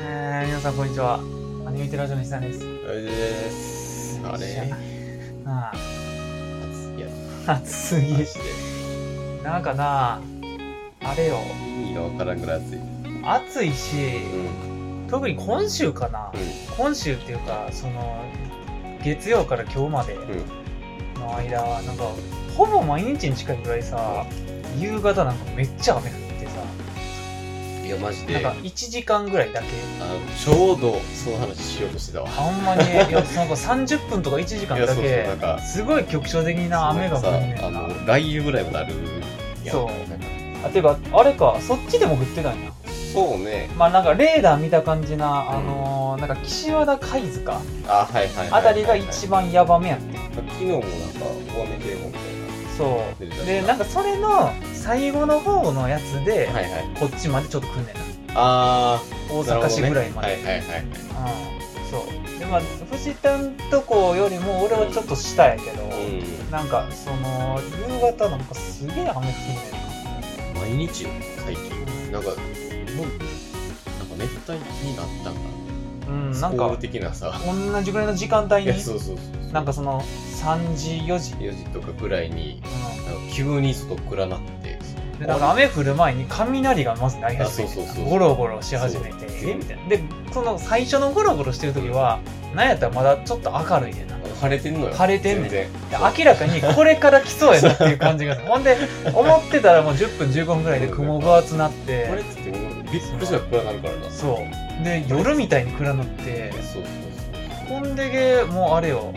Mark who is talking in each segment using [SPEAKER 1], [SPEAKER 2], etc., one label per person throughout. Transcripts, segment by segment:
[SPEAKER 1] はい、皆さん、こんにちは。アニメテラジオの久です。
[SPEAKER 2] あれです。あ
[SPEAKER 1] 知ら
[SPEAKER 2] れ
[SPEAKER 1] な。あ
[SPEAKER 2] いや、
[SPEAKER 1] あ、暑すぎ
[SPEAKER 2] マ。ジで
[SPEAKER 1] なんかな、あれよ、
[SPEAKER 2] 意味がわからんぐらい暑い。うん。
[SPEAKER 1] 暑いし、特に今週かな、今週っていうか、その、月曜から今日までの間は、なんか、ほぼ毎日に近いぐらいさ、夕方なんかめっちゃ雨降ってさ、
[SPEAKER 2] うん。いや、マジ
[SPEAKER 1] なん
[SPEAKER 2] で。
[SPEAKER 1] か
[SPEAKER 2] あの、
[SPEAKER 1] 1時間ぐらいだけ。
[SPEAKER 2] ちょうどその話しようとしてたわ。
[SPEAKER 1] あん まに、いや、なんか30分とか1時間
[SPEAKER 2] いや、
[SPEAKER 1] だ
[SPEAKER 2] そうそう、
[SPEAKER 1] け
[SPEAKER 2] な、んか。
[SPEAKER 1] すごい局所的な雨が降
[SPEAKER 2] そ
[SPEAKER 1] る
[SPEAKER 2] う
[SPEAKER 1] ねん
[SPEAKER 2] さ、あ
[SPEAKER 1] な
[SPEAKER 2] の、。雷雨ぐらいもなるやん。
[SPEAKER 1] そう
[SPEAKER 2] なんか
[SPEAKER 1] あていうかあれかそっちでも降ってたんや
[SPEAKER 2] そうね。
[SPEAKER 1] まあなんかレーダー見た感じな、あのー、なんか岸和田貝塚
[SPEAKER 2] あ、はいはいはいはいはい。
[SPEAKER 1] あたりが一番ヤバめやって
[SPEAKER 2] 昨日もなんか、大雨警報みたい
[SPEAKER 1] そ
[SPEAKER 2] 出てた
[SPEAKER 1] うでなんかそれの最後の方のやつで、
[SPEAKER 2] な。はいはい。
[SPEAKER 1] こっちまでちょっと来んねんな
[SPEAKER 2] あ
[SPEAKER 1] 大
[SPEAKER 2] ー、なるほ
[SPEAKER 1] 阪
[SPEAKER 2] ど
[SPEAKER 1] 市
[SPEAKER 2] ね
[SPEAKER 1] ぐらいまで、
[SPEAKER 2] はいはいは
[SPEAKER 1] う
[SPEAKER 2] い。
[SPEAKER 1] んそうでまあ藤田んとこよりも俺はちょっと下やけど、
[SPEAKER 2] う
[SPEAKER 1] なんかその夕方なんかすげえ雨降ってんねん
[SPEAKER 2] ん。毎日よ、最近。なんか、もう、なんか熱帯になったんかな。
[SPEAKER 1] うん
[SPEAKER 2] ス
[SPEAKER 1] な
[SPEAKER 2] コ
[SPEAKER 1] ん
[SPEAKER 2] ー
[SPEAKER 1] か
[SPEAKER 2] ル的なさ。
[SPEAKER 1] 同じぐらいの時間帯
[SPEAKER 2] い
[SPEAKER 1] に
[SPEAKER 2] や、そうそうそう。
[SPEAKER 1] なんか、その3時4時、
[SPEAKER 2] 4時とかくらいに、
[SPEAKER 1] うん
[SPEAKER 2] なんか急に外暗なって、
[SPEAKER 1] でなんか雨降る前に雷がまず鳴り始め
[SPEAKER 2] あそうそうそ
[SPEAKER 1] て
[SPEAKER 2] う
[SPEAKER 1] ゴロゴロし始めて
[SPEAKER 2] そう
[SPEAKER 1] えみたいなでその最初のゴロゴロしてる時はなんやったらまだちょっと明るいねんなで
[SPEAKER 2] 晴れてんのよ。
[SPEAKER 1] 晴れてんねん
[SPEAKER 2] 全
[SPEAKER 1] 明らかにこれから来そうやなっていう感じ がするほんで思ってたらもう10分15分ぐらいで雲分厚なっ
[SPEAKER 2] 然。晴れ
[SPEAKER 1] て
[SPEAKER 2] てても、びっくりしたら暗なるからな。そう
[SPEAKER 1] そうで夜みたいに暗なって
[SPEAKER 2] そうそう
[SPEAKER 1] ほんでげもうあれよ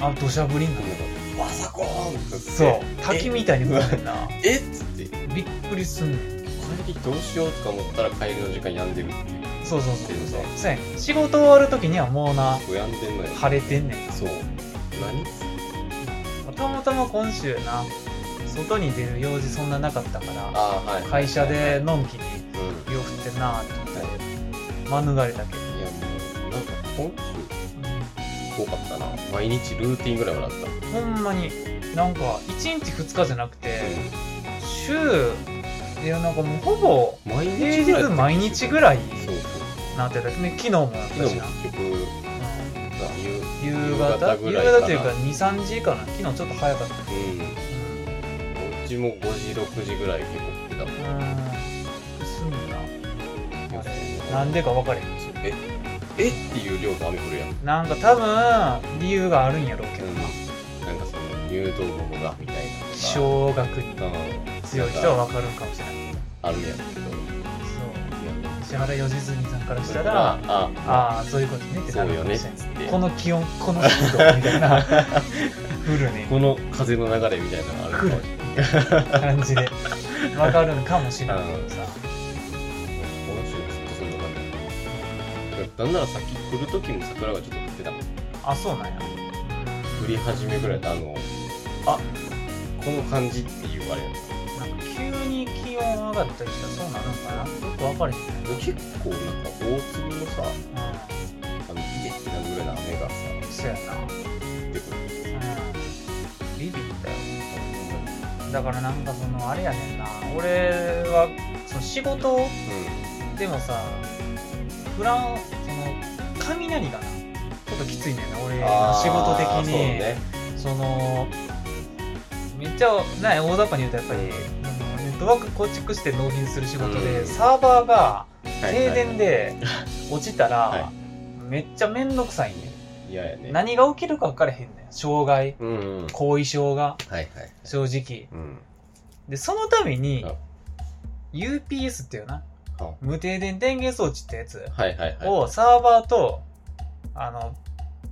[SPEAKER 1] あ土砂降りんか
[SPEAKER 2] そう。バサコーンってなって
[SPEAKER 1] そう滝みたいに降ってんな
[SPEAKER 2] えっつって、
[SPEAKER 1] びっくりすんねん
[SPEAKER 2] 帰りどうしようとか思ったら帰りの時間やんでるっていう。
[SPEAKER 1] そうそうそう
[SPEAKER 2] そうそう
[SPEAKER 1] そうやねん仕事終わる時にはもうな
[SPEAKER 2] こうやんでんのよ。
[SPEAKER 1] 晴れてんねん
[SPEAKER 2] そう。何
[SPEAKER 1] たまたま今週な外に出る用事そんななかったから
[SPEAKER 2] ああ、はい。
[SPEAKER 1] 会社でのんきに
[SPEAKER 2] うん。はい
[SPEAKER 1] 夜降ってんなーって免れたけど
[SPEAKER 2] いや、もう、なんか今週、多かったな。毎日ルーティンぐらいはなった。
[SPEAKER 1] ほんまになんか1日2日じゃなくて週いやなんかもうほぼ
[SPEAKER 2] 毎
[SPEAKER 1] 平
[SPEAKER 2] 日ぐらい
[SPEAKER 1] 日毎日ぐらい
[SPEAKER 2] そうそう
[SPEAKER 1] なってたね昨日もやった
[SPEAKER 2] 昨日
[SPEAKER 1] し
[SPEAKER 2] も
[SPEAKER 1] な、
[SPEAKER 2] 結局
[SPEAKER 1] うん
[SPEAKER 2] まあ夕
[SPEAKER 1] 夕
[SPEAKER 2] 夕
[SPEAKER 1] 方
[SPEAKER 2] 方
[SPEAKER 1] 夕
[SPEAKER 2] ぐらいかな
[SPEAKER 1] 方というか23時かな昨日ちょっと早かった、
[SPEAKER 2] うん
[SPEAKER 1] う
[SPEAKER 2] うちも5時6時ぐらい結構来てたもん
[SPEAKER 1] ん、うんすんなあれなん
[SPEAKER 2] で
[SPEAKER 1] でか分かれへん
[SPEAKER 2] ええっていう量の雨降るやん、うん、
[SPEAKER 1] なんか多分理由があるんやろうけどな
[SPEAKER 2] なんかその入道雲がみたいなとか
[SPEAKER 1] 気象学に
[SPEAKER 2] うん
[SPEAKER 1] 強い人は分かるんかもしれない
[SPEAKER 2] あるんやんけど
[SPEAKER 1] そう
[SPEAKER 2] いや
[SPEAKER 1] 石原良純さんからしたらあ
[SPEAKER 2] あ
[SPEAKER 1] あーそういうことねって
[SPEAKER 2] そ
[SPEAKER 1] な
[SPEAKER 2] う
[SPEAKER 1] る
[SPEAKER 2] よ
[SPEAKER 1] か
[SPEAKER 2] ね
[SPEAKER 1] も
[SPEAKER 2] っ
[SPEAKER 1] しれない
[SPEAKER 2] つって
[SPEAKER 1] この気温この湿度みたい な降るね
[SPEAKER 2] この風の流れみたいなのがあるかもしれない
[SPEAKER 1] 感じで分かるんかもしれないけどさ
[SPEAKER 2] この週ずっとそういうのがあるなんならさっき来る時も桜がちょっと降ってたもん
[SPEAKER 1] あそうなんや
[SPEAKER 2] 降り始めぐらいであのあこの感じっていうあれやん
[SPEAKER 1] なんか急に気温上がったりしたらそうなのかなよく分かれへんね
[SPEAKER 2] 結構なんか大粒のさ
[SPEAKER 1] う
[SPEAKER 2] あの家ってなるぐらいの雨がさ
[SPEAKER 1] んそうやな
[SPEAKER 2] 降ってくる
[SPEAKER 1] うんビビったよだからなんかそのあれやねんな俺はその仕事でもさフランその雷がなちょっときついねんな俺
[SPEAKER 2] うん
[SPEAKER 1] の仕事
[SPEAKER 2] あー
[SPEAKER 1] 的
[SPEAKER 2] そう
[SPEAKER 1] に
[SPEAKER 2] ね
[SPEAKER 1] そのめっちゃな大雑把に言うとやっぱり、あのネットワーク構築して納品する仕事で、
[SPEAKER 2] うん
[SPEAKER 1] サーバーが停
[SPEAKER 2] はいは
[SPEAKER 1] 電 で落ちたら、
[SPEAKER 2] は
[SPEAKER 1] めっちゃ面倒くさいね
[SPEAKER 2] い嫌やね
[SPEAKER 1] ん何が起きるか分からへんねん障害
[SPEAKER 2] うんうんはい
[SPEAKER 1] 後遺症が
[SPEAKER 2] はい
[SPEAKER 1] 正直
[SPEAKER 2] うん
[SPEAKER 1] でそのために
[SPEAKER 2] あ
[SPEAKER 1] UPS っていうな
[SPEAKER 2] あ
[SPEAKER 1] 無停電電源装置ってやつ
[SPEAKER 2] はいはいはい
[SPEAKER 1] をサーバーとあの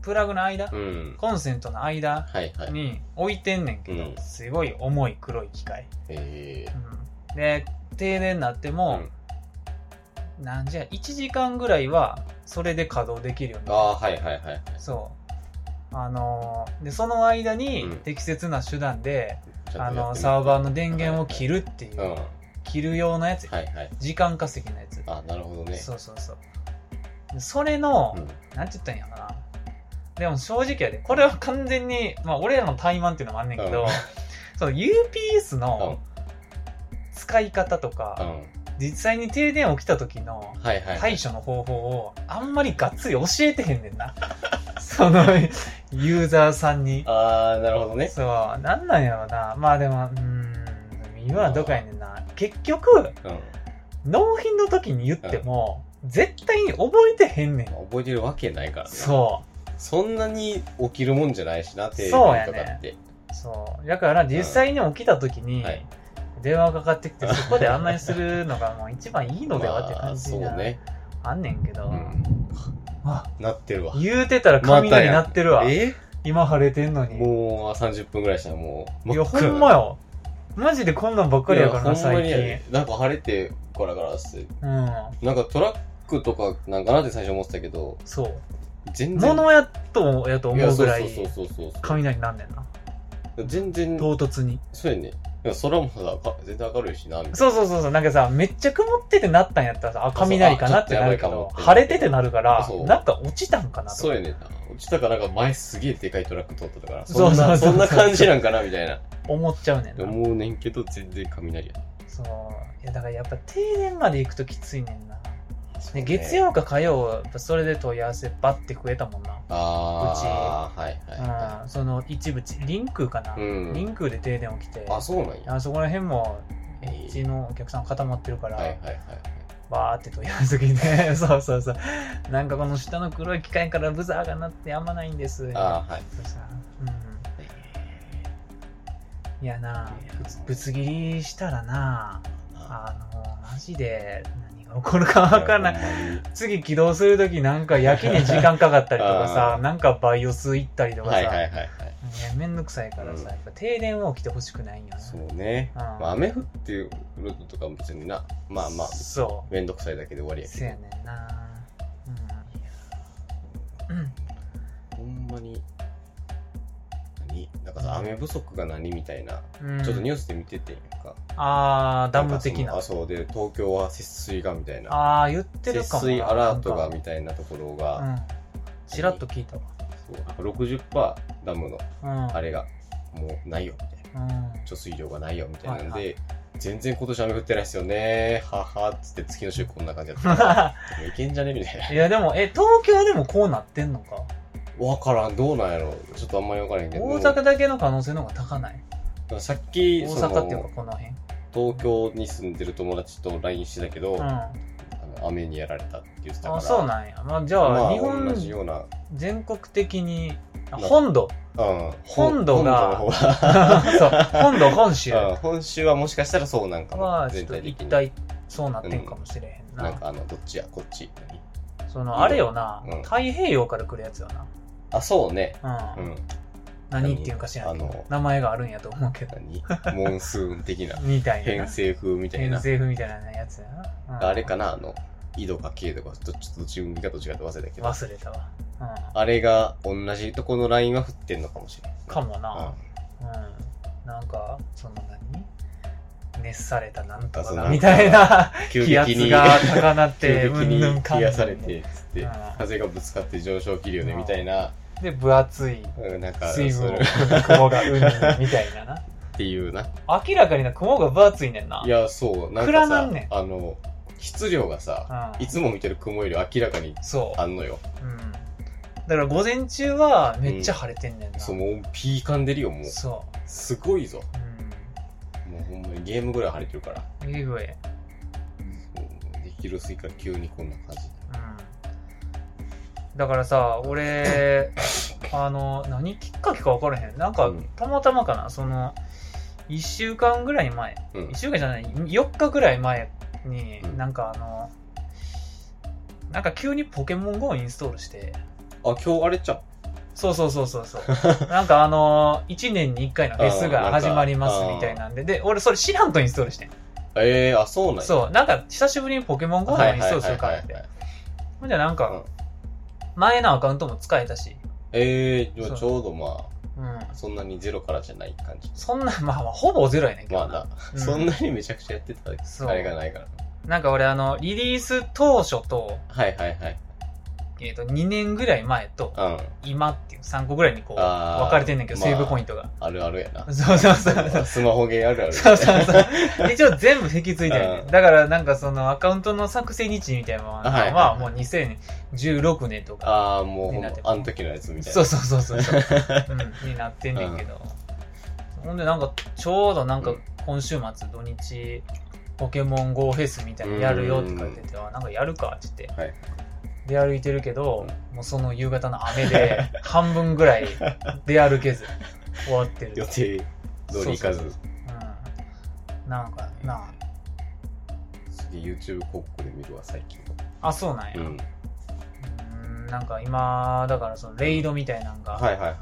[SPEAKER 1] プラグの間
[SPEAKER 2] うん
[SPEAKER 1] コンセントの間
[SPEAKER 2] はいはい
[SPEAKER 1] に置いてんねんけ
[SPEAKER 2] うん
[SPEAKER 1] どすごい重い黒い機械、
[SPEAKER 2] え
[SPEAKER 1] うんで停電になって
[SPEAKER 2] ーう
[SPEAKER 1] も
[SPEAKER 2] ん
[SPEAKER 1] 何時や1時間ぐらいはそれで稼働できるようになる
[SPEAKER 2] あーはいはいはい
[SPEAKER 1] そうあのーでその間に
[SPEAKER 2] うん
[SPEAKER 1] 適切な手段で、
[SPEAKER 2] ちゃ
[SPEAKER 1] あ
[SPEAKER 2] んとや
[SPEAKER 1] の
[SPEAKER 2] ってみる
[SPEAKER 1] サーバーの電源を切るっていう、
[SPEAKER 2] うんは
[SPEAKER 1] 切る用のやつ
[SPEAKER 2] いはい
[SPEAKER 1] 時間稼ぎのやつ
[SPEAKER 2] あなるほどね
[SPEAKER 1] そうそうそうでそれの、
[SPEAKER 2] うん
[SPEAKER 1] なんて言ったんやろなでも正直やでこれは完全に、まあ、俺らの怠慢っていうのもあんねんけど、
[SPEAKER 2] うん
[SPEAKER 1] その UPS の使い方とか、
[SPEAKER 2] うん
[SPEAKER 1] 実際に停電起きた時の
[SPEAKER 2] はいはい、
[SPEAKER 1] 対処の方法をあんまりがっつり教えてへんねん なそのユーザーさんに
[SPEAKER 2] あーなるほどね
[SPEAKER 1] そうなんなんやろなまあでもうーん今はどこやねんな結局
[SPEAKER 2] うん
[SPEAKER 1] 納品の時に言っても、絶対に覚えてへんねん
[SPEAKER 2] 覚えてるわけないからね
[SPEAKER 1] そ
[SPEAKER 2] そんなに起きるもんじゃないしな停電と
[SPEAKER 1] そう
[SPEAKER 2] か
[SPEAKER 1] や
[SPEAKER 2] って
[SPEAKER 1] ねうそうだから実際に起きた時に
[SPEAKER 2] はい
[SPEAKER 1] 電話がかかってき てそこで案内するのがもう一番いいのではって
[SPEAKER 2] ま
[SPEAKER 1] 感
[SPEAKER 2] あ
[SPEAKER 1] じ
[SPEAKER 2] そう
[SPEAKER 1] にな
[SPEAKER 2] ね、
[SPEAKER 1] あんねんけど、
[SPEAKER 2] うん、
[SPEAKER 1] あ
[SPEAKER 2] なってるわ
[SPEAKER 1] 言うてたら雷鳴ってるわ、
[SPEAKER 2] え
[SPEAKER 1] 今晴れてんのに
[SPEAKER 2] もう30分ぐらいしたらもう
[SPEAKER 1] いや、ほんまよ。マジでこんなんばっかりやからな、
[SPEAKER 2] いほんま
[SPEAKER 1] 最
[SPEAKER 2] にやで
[SPEAKER 1] 近。
[SPEAKER 2] なんか晴れてガラガラして
[SPEAKER 1] うん。
[SPEAKER 2] なんかトラックとかなんかなって最初思ってたけど
[SPEAKER 1] そう。
[SPEAKER 2] 全然
[SPEAKER 1] 物やと、やと
[SPEAKER 2] いや
[SPEAKER 1] 思うぐらい、
[SPEAKER 2] そうそうそうそう
[SPEAKER 1] 雷なんねんな。
[SPEAKER 2] そう全然
[SPEAKER 1] 唐突に。
[SPEAKER 2] そうやねいや空もさか全然明るいしなみたいな
[SPEAKER 1] そうそうそうそう。なんかさ、めっちゃ曇っててなったんやったらさ、あ、雷かなってなるけ
[SPEAKER 2] あちょ
[SPEAKER 1] ど
[SPEAKER 2] っとやばいかもっ、て
[SPEAKER 1] 晴れててなるから
[SPEAKER 2] そう、
[SPEAKER 1] なんか落ちたんかなと
[SPEAKER 2] そうやねんな落ちたからなんか前すげえでかいトラック通ってたから
[SPEAKER 1] そうそうそう
[SPEAKER 2] そんなそんな感じなんかなみたいな
[SPEAKER 1] 思っちゃうねんな。
[SPEAKER 2] 思うねんけど全然雷や
[SPEAKER 1] そう。いや、だからやっぱ停電まで行くときついねんな。
[SPEAKER 2] そう
[SPEAKER 1] ね、
[SPEAKER 2] ね
[SPEAKER 1] 月曜か火曜、やっぱそれで問い合わせバッて増えたもんな。
[SPEAKER 2] ああはいはいは
[SPEAKER 1] うん。その一部、リンクかな。
[SPEAKER 2] いうん
[SPEAKER 1] リンクで停電起きて。
[SPEAKER 2] あそうなんや
[SPEAKER 1] あそこら辺も
[SPEAKER 2] えー
[SPEAKER 1] うちのお客さん固まってるから、
[SPEAKER 2] はいはいはい
[SPEAKER 1] バーって問い合わせきて そうそうそうなんかこの下の黒い機械からブザーが鳴ってあんまないんです
[SPEAKER 2] ああはい
[SPEAKER 1] そうさ、うん、いやなあぶつぶつ切りしたらなああのマジで何が起こるか分かんない
[SPEAKER 2] いやほんまに
[SPEAKER 1] 次起動する時なんかやけに時間かかったりとか
[SPEAKER 2] あ
[SPEAKER 1] さ
[SPEAKER 2] ー
[SPEAKER 1] なんかバイオス行ったりとかさ、
[SPEAKER 2] はいはいはいはい
[SPEAKER 1] ねめんどくさいからさ、
[SPEAKER 2] うん
[SPEAKER 1] やっぱ停電は起きてほしくないんよな
[SPEAKER 2] そうね、
[SPEAKER 1] うん
[SPEAKER 2] まあ、雨降っていうルートとかも別になまあまあ
[SPEAKER 1] そう
[SPEAKER 2] めんどくさいだけで終わりや
[SPEAKER 1] そうや
[SPEAKER 2] け
[SPEAKER 1] ねんなうん、うん、
[SPEAKER 2] どほんまに何なんかさ雨不足が何みたいな、
[SPEAKER 1] うん
[SPEAKER 2] ちょっとニュースで見ててんやんか
[SPEAKER 1] あーダム的なん
[SPEAKER 2] かそのあそうで東京は節水がみたいな
[SPEAKER 1] あー言ってる
[SPEAKER 2] 節
[SPEAKER 1] かもな
[SPEAKER 2] 水アラート
[SPEAKER 1] な
[SPEAKER 2] が
[SPEAKER 1] んか
[SPEAKER 2] みたいなところ
[SPEAKER 1] う
[SPEAKER 2] が、
[SPEAKER 1] んちらっと聞いたわ
[SPEAKER 2] そう60%ダムの
[SPEAKER 1] うん
[SPEAKER 2] あれがもうないよみたいな
[SPEAKER 1] うん
[SPEAKER 2] 貯水量がないよみたいなん
[SPEAKER 1] は
[SPEAKER 2] で、
[SPEAKER 1] い
[SPEAKER 2] 全然今年雨降ってないっすよねははっつって次の週こんな感じだった もういけんじゃねみたいない
[SPEAKER 1] やでもえ東京でもこうなってんのか
[SPEAKER 2] わからん、どうなんやろちょっとあんまりわからへんけど。
[SPEAKER 1] 大阪だけの可能性の方が高ない
[SPEAKER 2] さっき、
[SPEAKER 1] 大
[SPEAKER 2] その
[SPEAKER 1] 阪っていうかこの辺
[SPEAKER 2] 東京に住んでる友達と LINE してたけど、
[SPEAKER 1] うん
[SPEAKER 2] あ
[SPEAKER 1] あ
[SPEAKER 2] の雨にやられたって言ってたから。
[SPEAKER 1] そうなんやまあじゃ
[SPEAKER 2] ま
[SPEAKER 1] あ
[SPEAKER 2] あ、
[SPEAKER 1] 日本
[SPEAKER 2] 同じような。
[SPEAKER 1] 全国的にあ
[SPEAKER 2] な
[SPEAKER 1] 本土
[SPEAKER 2] うん。
[SPEAKER 1] 本土が
[SPEAKER 2] 本土の
[SPEAKER 1] そう本土本州
[SPEAKER 2] 方がうん本州はもしかしたらそうなんかも。
[SPEAKER 1] はちょ
[SPEAKER 2] 全
[SPEAKER 1] っと
[SPEAKER 2] 体
[SPEAKER 1] 一
[SPEAKER 2] 的に。
[SPEAKER 1] 体そうなってんかもしれへんな
[SPEAKER 2] なんかあの、どっちや、こっち。
[SPEAKER 1] そのあれよな、
[SPEAKER 2] うん
[SPEAKER 1] 太平洋から来るやつよ
[SPEAKER 2] あ、そうね。
[SPEAKER 1] な、う
[SPEAKER 2] うんん。
[SPEAKER 1] 何っていうか知らんけ
[SPEAKER 2] あ
[SPEAKER 1] ど
[SPEAKER 2] の
[SPEAKER 1] 名前があるんやと思うけど
[SPEAKER 2] 何モンスーン的な。
[SPEAKER 1] みたいな
[SPEAKER 2] 偏西風みたいな
[SPEAKER 1] 偏。西風みたいなやつやな、うん
[SPEAKER 2] あれかなあの、緯度か経度か、どっちどっち海かどっちかって忘れたけど。
[SPEAKER 1] 忘れたわ、う
[SPEAKER 2] あれが同じとこのラインは振ってんのかもしれない。
[SPEAKER 1] ん、か
[SPEAKER 2] も
[SPEAKER 1] もな、うんなんかその何熱されたなんとか
[SPEAKER 2] あ
[SPEAKER 1] な
[SPEAKER 2] そう
[SPEAKER 1] みたいな
[SPEAKER 2] 急
[SPEAKER 1] 気圧
[SPEAKER 2] 激に、
[SPEAKER 1] が高なっ
[SPEAKER 2] 急
[SPEAKER 1] て
[SPEAKER 2] 激
[SPEAKER 1] うんぬん
[SPEAKER 2] に
[SPEAKER 1] かん
[SPEAKER 2] 冷
[SPEAKER 1] ぬん
[SPEAKER 2] やされて、つって
[SPEAKER 1] うん、
[SPEAKER 2] 風がぶつかって上昇気流でみたいな、
[SPEAKER 1] で分厚い
[SPEAKER 2] うんなんか、
[SPEAKER 1] 水分
[SPEAKER 2] そ
[SPEAKER 1] を
[SPEAKER 2] れ
[SPEAKER 1] 含む雲がうんぬんみたいな な
[SPEAKER 2] っていうな。
[SPEAKER 1] 明らかにな雲が分厚いねんない
[SPEAKER 2] や、そう、なん
[SPEAKER 1] 暗
[SPEAKER 2] か
[SPEAKER 1] な
[SPEAKER 2] さ
[SPEAKER 1] んね、
[SPEAKER 2] あの、質量がさ、
[SPEAKER 1] うん
[SPEAKER 2] いつも見てる雲より明らかに
[SPEAKER 1] そう
[SPEAKER 2] あんのよ。
[SPEAKER 1] うんだから午前中はめっちゃ晴れてんねんな、
[SPEAKER 2] そう、もうピーカンでるよ、もう。
[SPEAKER 1] そ
[SPEAKER 2] すごいぞ。
[SPEAKER 1] う
[SPEAKER 2] もうほんまにゲームぐらい晴れてるから。
[SPEAKER 1] うんえぐい、うん、
[SPEAKER 2] そうできる水から急にこんな感じ。
[SPEAKER 1] だからさ 俺あの何きっかけか分からへんなんか
[SPEAKER 2] うん
[SPEAKER 1] たまたまかなその1週間ぐらい前
[SPEAKER 2] うん
[SPEAKER 1] 1。週間じゃない4日ぐらい前に、
[SPEAKER 2] うん
[SPEAKER 1] なんかあのなんか急にポケモン GO をインストールして
[SPEAKER 2] あ、今日あれちゃう
[SPEAKER 1] そうそうそうそうそう なんかあの1年に1回のフェス
[SPEAKER 2] あ
[SPEAKER 1] が
[SPEAKER 2] ーなんか
[SPEAKER 1] 始まりますみたいなんでで俺それ知らんとインストールしてん
[SPEAKER 2] ええー、あ、そうなんや
[SPEAKER 1] そう、なんか久しぶりにポケモン GO のインストールするからって。ほんじゃなん
[SPEAKER 2] うん
[SPEAKER 1] か、前のアカウントも使えたし、
[SPEAKER 2] ええー、じゃあち
[SPEAKER 1] そ
[SPEAKER 2] ょうどま
[SPEAKER 1] うん。
[SPEAKER 2] あ、そんなにゼロからじゃない感じ。
[SPEAKER 1] そんな、 まあまあ、ほぼゼロやねんけ
[SPEAKER 2] まあ
[SPEAKER 1] ど
[SPEAKER 2] な
[SPEAKER 1] な。、うん
[SPEAKER 2] そんなにめちゃくちゃやってた
[SPEAKER 1] そう
[SPEAKER 2] あれがないから。
[SPEAKER 1] なんか俺あの、リリース当初と、
[SPEAKER 2] はいはいはい。
[SPEAKER 1] えっ、と、2年ぐらい前と、
[SPEAKER 2] うん
[SPEAKER 1] 今っていう3個ぐらいにこう、
[SPEAKER 2] あー
[SPEAKER 1] 分かれてんねんけど、
[SPEAKER 2] まあ
[SPEAKER 1] セーブポイントが。
[SPEAKER 2] あるあるやな
[SPEAKER 1] そうそうそうそう。
[SPEAKER 2] スマホゲーあるある
[SPEAKER 1] そうそう そう。一応全部引き継いでるね
[SPEAKER 2] うん
[SPEAKER 1] だからなんかそのアカウントの作成日みたいなのは
[SPEAKER 2] はい
[SPEAKER 1] まあもう2016年とか。
[SPEAKER 2] ああもうほんまあの時のやつみたい
[SPEAKER 1] そ
[SPEAKER 2] な
[SPEAKER 1] うそうそうそうそう。うん、になってんねんけど。ほんでなんかちょうどなんか今週末土日、ポケモン GO フェスみたいなのやるよって書いてて、あなんかやるかって言って。
[SPEAKER 2] はい
[SPEAKER 1] 出歩いてるけど、もうその夕方の雨 で半分ぐらい出歩けず終わ ってる。
[SPEAKER 2] 予定通り行かず
[SPEAKER 1] うん。なんかなあ。
[SPEAKER 2] 次 YouTube 広告で見るわ最近
[SPEAKER 1] あそうなんや、
[SPEAKER 2] う
[SPEAKER 1] うんーん、なんか今だからそのレイドみたいなんが、
[SPEAKER 2] はいはいはい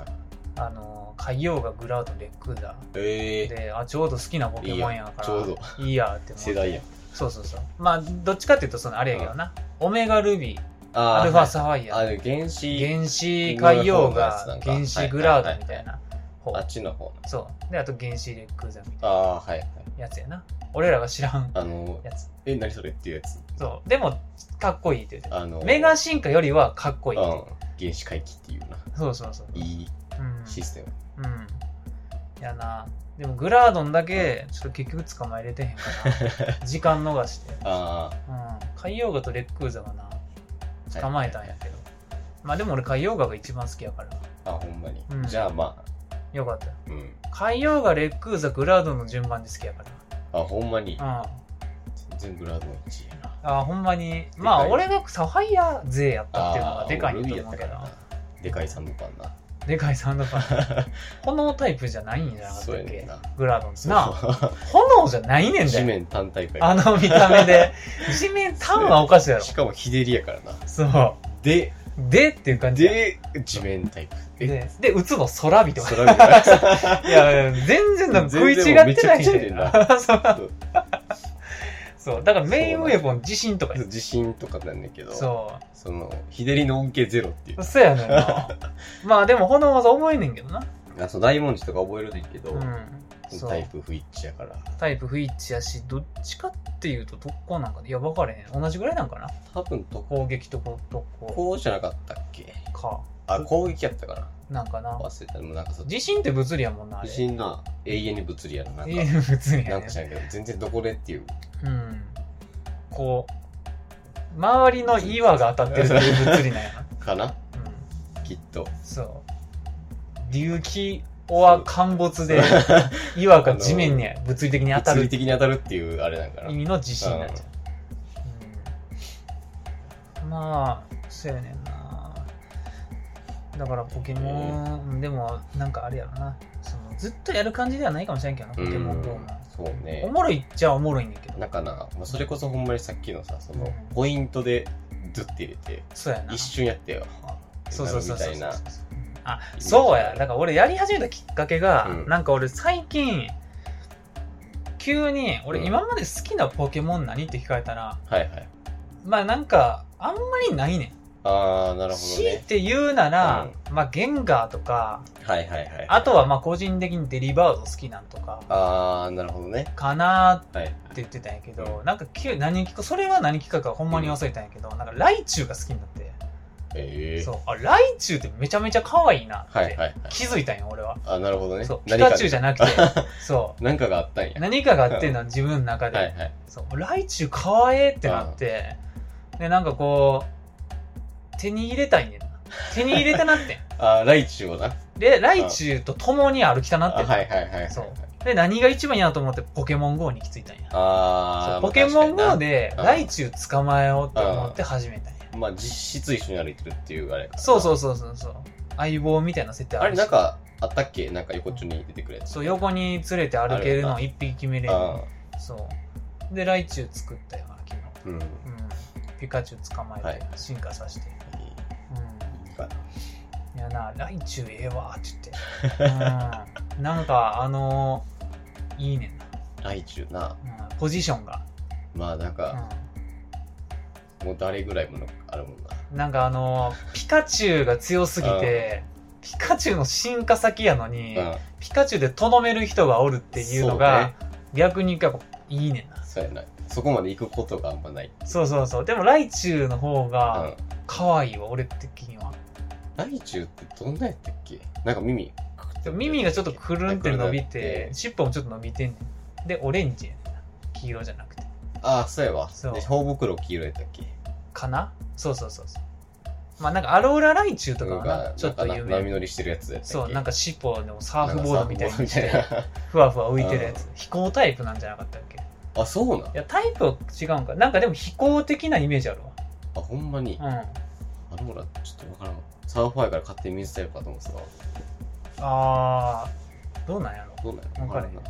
[SPEAKER 1] あの海洋がグラウドレックーダ
[SPEAKER 2] ええ
[SPEAKER 1] であちょうど好きなポケモンやから
[SPEAKER 2] いいやちょ
[SPEAKER 1] いいやって思って
[SPEAKER 2] 世代やん
[SPEAKER 1] そうそうそうまあどっちかっていうとそのあれやけどな、オメガルビー
[SPEAKER 2] あー
[SPEAKER 1] アルファサファイ
[SPEAKER 2] あ
[SPEAKER 1] ア
[SPEAKER 2] で原子
[SPEAKER 1] 原子海洋
[SPEAKER 2] な
[SPEAKER 1] が
[SPEAKER 2] んか
[SPEAKER 1] 原子グラウドみた
[SPEAKER 2] はい
[SPEAKER 1] いな方
[SPEAKER 2] あっちの方
[SPEAKER 1] そうであと原子レックーダみたい
[SPEAKER 2] ああーはいはい
[SPEAKER 1] なやつやな俺らが知らん
[SPEAKER 2] あの
[SPEAKER 1] やつ
[SPEAKER 2] え何それっていうやつ
[SPEAKER 1] そうでもかっこいいって言って
[SPEAKER 2] あの
[SPEAKER 1] メガ進化よりはかっこいいって
[SPEAKER 2] うん原子回帰っていうな
[SPEAKER 1] そうそうそう、
[SPEAKER 2] いい
[SPEAKER 1] うん、
[SPEAKER 2] システム
[SPEAKER 1] うん。やな。でもグラードンだけ、ちょっと結局捕まえれてへんから、 時間逃して。
[SPEAKER 2] あ
[SPEAKER 1] うん。海洋ガとレックウザがな、
[SPEAKER 2] あ
[SPEAKER 1] 捕まえたんやけど。まあでも俺海洋ガが一番好きやから、
[SPEAKER 2] あほんまに、
[SPEAKER 1] うん
[SPEAKER 2] じゃあま
[SPEAKER 1] よかった。
[SPEAKER 2] あうん
[SPEAKER 1] 海洋ガ、レックウザ、グラードンの順番で好きやか
[SPEAKER 2] あほんまに
[SPEAKER 1] ら。うん。
[SPEAKER 2] 全部ラドン1位やな
[SPEAKER 1] あほんまに。まあ俺がサファイア勢やったっていうの
[SPEAKER 2] あ
[SPEAKER 1] が
[SPEAKER 2] ー
[SPEAKER 1] でかい
[SPEAKER 2] ル
[SPEAKER 1] ん
[SPEAKER 2] ビ
[SPEAKER 1] や
[SPEAKER 2] ー
[SPEAKER 1] と思
[SPEAKER 2] やっ
[SPEAKER 1] う
[SPEAKER 2] た
[SPEAKER 1] け
[SPEAKER 2] か
[SPEAKER 1] ど
[SPEAKER 2] ら。なでかいサンドパンな
[SPEAKER 1] でかいサンド パン。炎タイプじゃないんじゃなかった
[SPEAKER 2] そう
[SPEAKER 1] っ
[SPEAKER 2] やね
[SPEAKER 1] け
[SPEAKER 2] んな
[SPEAKER 1] グラードンって
[SPEAKER 2] そう
[SPEAKER 1] な。炎じゃないねんだ
[SPEAKER 2] 地
[SPEAKER 1] よ。
[SPEAKER 2] 面単体か
[SPEAKER 1] あ
[SPEAKER 2] ら
[SPEAKER 1] の見た目で。地面タンはおかしいやろ。
[SPEAKER 2] しかも日照りやからな
[SPEAKER 1] そう。
[SPEAKER 2] で
[SPEAKER 1] でっていう感じや。
[SPEAKER 2] で地面タイプえ
[SPEAKER 1] で、で、打つの空人。
[SPEAKER 2] 空見た
[SPEAKER 1] いや、いや全然なんか食い違ってない
[SPEAKER 2] 全然もうめちゃ
[SPEAKER 1] な。
[SPEAKER 2] くちゃ
[SPEAKER 1] そう
[SPEAKER 2] そう
[SPEAKER 1] そう。だからメインウェポン地震とか 言う
[SPEAKER 2] 地震とかなんだけどそ
[SPEAKER 1] そ
[SPEAKER 2] の日照りの恩恵ゼロっていう
[SPEAKER 1] う。そうやねん な。まあでも炎技重いねんけどな。
[SPEAKER 2] あそう大文字とか覚えるねんけど、
[SPEAKER 1] うん。そ
[SPEAKER 2] タイ
[SPEAKER 1] う。
[SPEAKER 2] プ不一致やから
[SPEAKER 1] タイプ不一致やし、どっちかっていうと特攻なんかね。いや、分かれへん。同じぐらいなんかな。
[SPEAKER 2] 多分とこ
[SPEAKER 1] 攻撃とこ特攻
[SPEAKER 2] こうじゃなかったっけ
[SPEAKER 1] か。
[SPEAKER 2] あ攻撃やったから
[SPEAKER 1] なんかな。
[SPEAKER 2] 忘れたでもなんかそう
[SPEAKER 1] 地震って物理やもんな。あれ
[SPEAKER 2] 地震な永遠に物理やななん
[SPEAKER 1] い
[SPEAKER 2] か
[SPEAKER 1] や物理やね
[SPEAKER 2] なんか知らんけど全然どこでっていう
[SPEAKER 1] うん、こう周りの岩が当たってるっていう物理なん やな、
[SPEAKER 2] かな
[SPEAKER 1] う
[SPEAKER 2] きっと
[SPEAKER 1] ん、そう隆起は陥没で岩が地面に物理的に当た
[SPEAKER 2] 物
[SPEAKER 1] る
[SPEAKER 2] 理的に当たるっていうあれなんかな
[SPEAKER 1] 意味の地震になっちゃう、うん、まあそうやねんなだからポケモン、でもなんかあれやろなそのずっとやる感じではないかもしれんけどなポ
[SPEAKER 2] うん
[SPEAKER 1] ケモン GO も、
[SPEAKER 2] そうね
[SPEAKER 1] おもろいっちゃおもろいんだけど
[SPEAKER 2] なんかな、まあ、それこそほんまにさっきのさその
[SPEAKER 1] うん
[SPEAKER 2] ポイントでドゥって入れて
[SPEAKER 1] そうやな
[SPEAKER 2] 一瞬やってよ
[SPEAKER 1] そうそうそうそう
[SPEAKER 2] みたいな
[SPEAKER 1] あそうやだから俺やり始めたきっかけが、
[SPEAKER 2] うん
[SPEAKER 1] なんか俺最近急に俺
[SPEAKER 2] うん
[SPEAKER 1] 今まで好きなポケモン何って聞かれたら
[SPEAKER 2] はいはい
[SPEAKER 1] まあなんかあんまりないねん
[SPEAKER 2] ああなるほど
[SPEAKER 1] 強い
[SPEAKER 2] ね
[SPEAKER 1] て言うなら、まあゲンガーとか
[SPEAKER 2] はいはいはい
[SPEAKER 1] あとはまあ個人的にデリバード好きなんとか
[SPEAKER 2] ああなるほどね
[SPEAKER 1] かなー
[SPEAKER 2] はいは
[SPEAKER 1] っ
[SPEAKER 2] い
[SPEAKER 1] て言ってたんやけど、
[SPEAKER 2] う
[SPEAKER 1] なんか急に何聞くそれは何聞くかほんまに忘れたんやけど、なんかライチュウが好きになって、
[SPEAKER 2] ええ
[SPEAKER 1] そうあライチュウってめちゃめちゃ可愛いなって、
[SPEAKER 2] はいはいはい
[SPEAKER 1] 気づいたんよ俺は
[SPEAKER 2] あなるほどね
[SPEAKER 1] そう、ピ
[SPEAKER 2] 何か
[SPEAKER 1] カチュウじゃ なくて、そ
[SPEAKER 2] なんかがあったんや
[SPEAKER 1] う、何かがあってんのは自分の中で、
[SPEAKER 2] はいはい
[SPEAKER 1] そう、ライチュウかわええってなって、で、なんかこう、手に入れたいねんな。手に入れたな ってん。
[SPEAKER 2] あーライチュウをな
[SPEAKER 1] で、ライチュウと共に歩きたな
[SPEAKER 2] あ
[SPEAKER 1] ってん。
[SPEAKER 2] はいはいはいはい
[SPEAKER 1] そうで、何が一番嫌だと思ってポケモン GO に行き着いたんや。そ
[SPEAKER 2] あ
[SPEAKER 1] う
[SPEAKER 2] あ
[SPEAKER 1] ポケモン GO で
[SPEAKER 2] うん
[SPEAKER 1] ライチュウ捕まえようって思って始めたんや。
[SPEAKER 2] まあ実質一緒に歩いてるっていうあれやからな
[SPEAKER 1] そうそうそうそうそう。相棒みたいな設定
[SPEAKER 2] あ
[SPEAKER 1] あ
[SPEAKER 2] れ
[SPEAKER 1] るし。
[SPEAKER 2] なんかあったっけなんか横丁に出てくるやつ
[SPEAKER 1] そう、横に連れて歩けるのを一匹決めれる。
[SPEAKER 2] あ
[SPEAKER 1] そう。で、ライチュウ作ったよな、昨日。
[SPEAKER 2] ーうんい
[SPEAKER 1] うん、ピカチュウ捕ま
[SPEAKER 2] は
[SPEAKER 1] え
[SPEAKER 2] い
[SPEAKER 1] て進化させて、
[SPEAKER 2] いかな
[SPEAKER 1] うん、いやなライチュウええわって言って、うん、なんかあのーいいねんな、
[SPEAKER 2] ライチュウな
[SPEAKER 1] うん、ポジションが、
[SPEAKER 2] まあなんかもう誰ぐらいものあるもんな
[SPEAKER 1] うん、なんかあのーピカチュウが強すぎてピカチュウの進化先やのに、
[SPEAKER 2] うん
[SPEAKER 1] ピカチュウでとどめる人がおるっていうのが逆にやっぱいいねんな
[SPEAKER 2] そうやなそこまで行くことがあんまない
[SPEAKER 1] そうそうそうでもライチュウの方が
[SPEAKER 2] う
[SPEAKER 1] 可愛いわ俺的には
[SPEAKER 2] 大中ってどんなやったっけなんか耳
[SPEAKER 1] 耳がちょっとくるんって伸びて
[SPEAKER 2] え
[SPEAKER 1] 尻尾もちょっと伸びてんねんでオレンジやねんな黄色じゃなくて
[SPEAKER 2] ああそうやわ
[SPEAKER 1] そう
[SPEAKER 2] で頬袋黄色やったっけ
[SPEAKER 1] かなそうそうそうそうまあなんかアローラライチュウとかはな
[SPEAKER 2] が
[SPEAKER 1] ちょっと
[SPEAKER 2] なんか
[SPEAKER 1] 有
[SPEAKER 2] な
[SPEAKER 1] 名
[SPEAKER 2] 波乗りしてるやつやったっけ
[SPEAKER 1] そうなん
[SPEAKER 2] か
[SPEAKER 1] か尻尾でもサーフボードみたいにし
[SPEAKER 2] なんか
[SPEAKER 1] て
[SPEAKER 2] サーフボードみたい
[SPEAKER 1] ふわふわ浮いてるやつ飛行タイプなんじゃなかったっけい
[SPEAKER 2] なあそうなん
[SPEAKER 1] やタイプは違うんかなんかでも飛行的なイメージある
[SPEAKER 2] あほんまに、
[SPEAKER 1] わうん
[SPEAKER 2] あのほらちょっとわからんわサーファーやから勝手に水タイプかと思ってたわ
[SPEAKER 1] あーどうなんやろ、
[SPEAKER 2] どうなんや
[SPEAKER 1] わからへん
[SPEAKER 2] な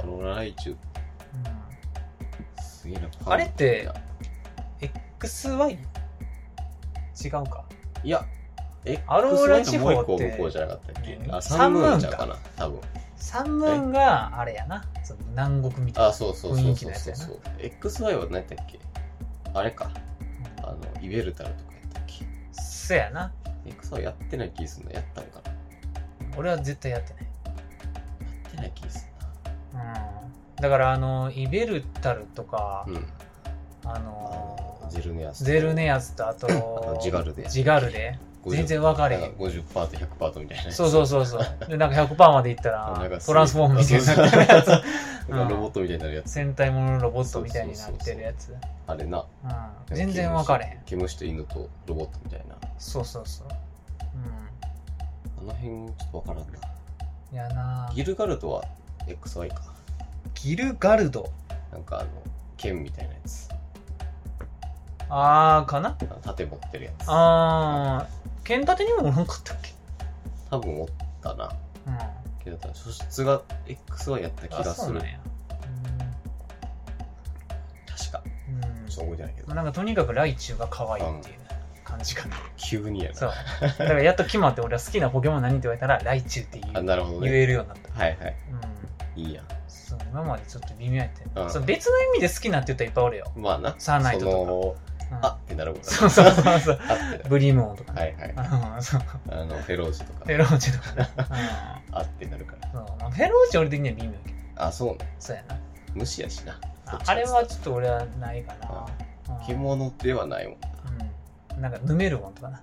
[SPEAKER 1] うんうん
[SPEAKER 2] あのラライチュすげえな
[SPEAKER 1] あれって
[SPEAKER 2] いや
[SPEAKER 1] XY 違うか
[SPEAKER 2] いやえ
[SPEAKER 1] アローラ地方って
[SPEAKER 2] もう一個向こうじゃなかったっけ、
[SPEAKER 1] うん
[SPEAKER 2] あサンムーンちゃうかな多分
[SPEAKER 1] サンムーンがあれやなその南国みたいな
[SPEAKER 2] あそうそうそ
[SPEAKER 1] 雰囲
[SPEAKER 2] う
[SPEAKER 1] 気
[SPEAKER 2] そ
[SPEAKER 1] の
[SPEAKER 2] う
[SPEAKER 1] やつ
[SPEAKER 2] そ
[SPEAKER 1] や
[SPEAKER 2] う
[SPEAKER 1] な
[SPEAKER 2] そう XY は何やったっけあれかあのイベルタルとかやったっけ
[SPEAKER 1] そやな
[SPEAKER 2] XY やってない気がするなやったんかなや
[SPEAKER 1] 俺は絶対やってない
[SPEAKER 2] ってない気がす
[SPEAKER 1] うんだからあのイベルタルとか、
[SPEAKER 2] るなうん
[SPEAKER 1] あ
[SPEAKER 2] あ
[SPEAKER 1] の
[SPEAKER 2] のゼルネアス
[SPEAKER 1] ゼルネアスとあと
[SPEAKER 2] とジガルデ
[SPEAKER 1] ジガルデ
[SPEAKER 2] 50
[SPEAKER 1] 全然分かれへ
[SPEAKER 2] なん
[SPEAKER 1] ん
[SPEAKER 2] か50%と100%みたいな
[SPEAKER 1] そうそうそうそうでなんか100%までいった
[SPEAKER 2] なん
[SPEAKER 1] ら
[SPEAKER 2] か
[SPEAKER 1] トランスフォームみたいになってるやつ
[SPEAKER 2] そう
[SPEAKER 1] うん
[SPEAKER 2] なんかロボットみたいになるやつ
[SPEAKER 1] 戦隊ものロボットみたいになってるやつ
[SPEAKER 2] あれな
[SPEAKER 1] うん全然分かれへん
[SPEAKER 2] 毛虫と犬とロボットみたいな
[SPEAKER 1] そうそうそうう
[SPEAKER 2] あの辺ちょっとわからんなん
[SPEAKER 1] いやな
[SPEAKER 2] ギルガルドは XY か
[SPEAKER 1] ギルガルド
[SPEAKER 2] なんかあの剣みたいなやつ
[SPEAKER 1] あーかな
[SPEAKER 2] あの盾持ってるやつ
[SPEAKER 1] あー剣盾にもおらんかったっけ
[SPEAKER 2] 多分持ったな
[SPEAKER 1] うん
[SPEAKER 2] けど素質が XY やった気
[SPEAKER 1] あ
[SPEAKER 2] が
[SPEAKER 1] そ
[SPEAKER 2] す
[SPEAKER 1] う
[SPEAKER 2] る
[SPEAKER 1] なんや
[SPEAKER 2] 確か
[SPEAKER 1] うんうん
[SPEAKER 2] ちょっと覚えてないけど
[SPEAKER 1] なんかとにかくライチュウが可愛いっていう感じかな
[SPEAKER 2] 急にや
[SPEAKER 1] そ
[SPEAKER 2] な
[SPEAKER 1] う。だからやっと決まって俺は好きなポケモン何って言われたら、ライチュウって言
[SPEAKER 2] あ
[SPEAKER 1] う
[SPEAKER 2] なるほど
[SPEAKER 1] 言
[SPEAKER 2] ね
[SPEAKER 1] えるようになった。
[SPEAKER 2] はいはい
[SPEAKER 1] うん。
[SPEAKER 2] いいやん
[SPEAKER 1] そう今までちょっと微妙やったよ、
[SPEAKER 2] うん
[SPEAKER 1] そう別の意味で好きなって言ったらいっぱいおるよ。
[SPEAKER 2] まあな
[SPEAKER 1] サーナイトとか
[SPEAKER 2] その
[SPEAKER 1] うん、
[SPEAKER 2] あってなるもんな
[SPEAKER 1] そうそうそう そう。
[SPEAKER 2] あってなる
[SPEAKER 1] ブリムオンとかね。
[SPEAKER 2] はいはい
[SPEAKER 1] うんそう
[SPEAKER 2] あのフェロージとか
[SPEAKER 1] フェローチェとかね。
[SPEAKER 2] あってなるから
[SPEAKER 1] うんそうまあフェローチェ俺的には微妙やけど。
[SPEAKER 2] あそうね
[SPEAKER 1] そうやな。
[SPEAKER 2] 無視やしな
[SPEAKER 1] ああれはちょっと俺はないかな。うん
[SPEAKER 2] 着物ではないもん
[SPEAKER 1] うん。なんか、ヌメルモンとか な。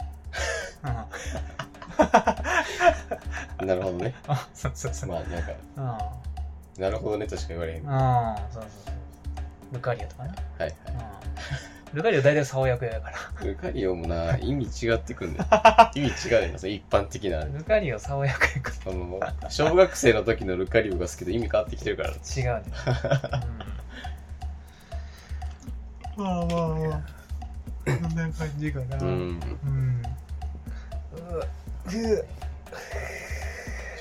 [SPEAKER 1] うん。
[SPEAKER 2] なるほどね
[SPEAKER 1] あそうそうそう。
[SPEAKER 2] まあなんか
[SPEAKER 1] うん。うん。
[SPEAKER 2] なるほどねとしか言われへんは
[SPEAKER 1] そうそうそう。ルカリアとかな。
[SPEAKER 2] いはい
[SPEAKER 1] ルカリオ大体竿役やから。
[SPEAKER 2] ルカリオもな意味違ってくん ねん意味違うねんなそれ一般的な
[SPEAKER 1] ルカリオ竿役やか
[SPEAKER 2] あの小学生の時のルカリオが好きで意味変わってきてるから
[SPEAKER 1] ら。違うね。 うん、まあまあまあ。こんな感じかな。
[SPEAKER 2] うん
[SPEAKER 1] うん。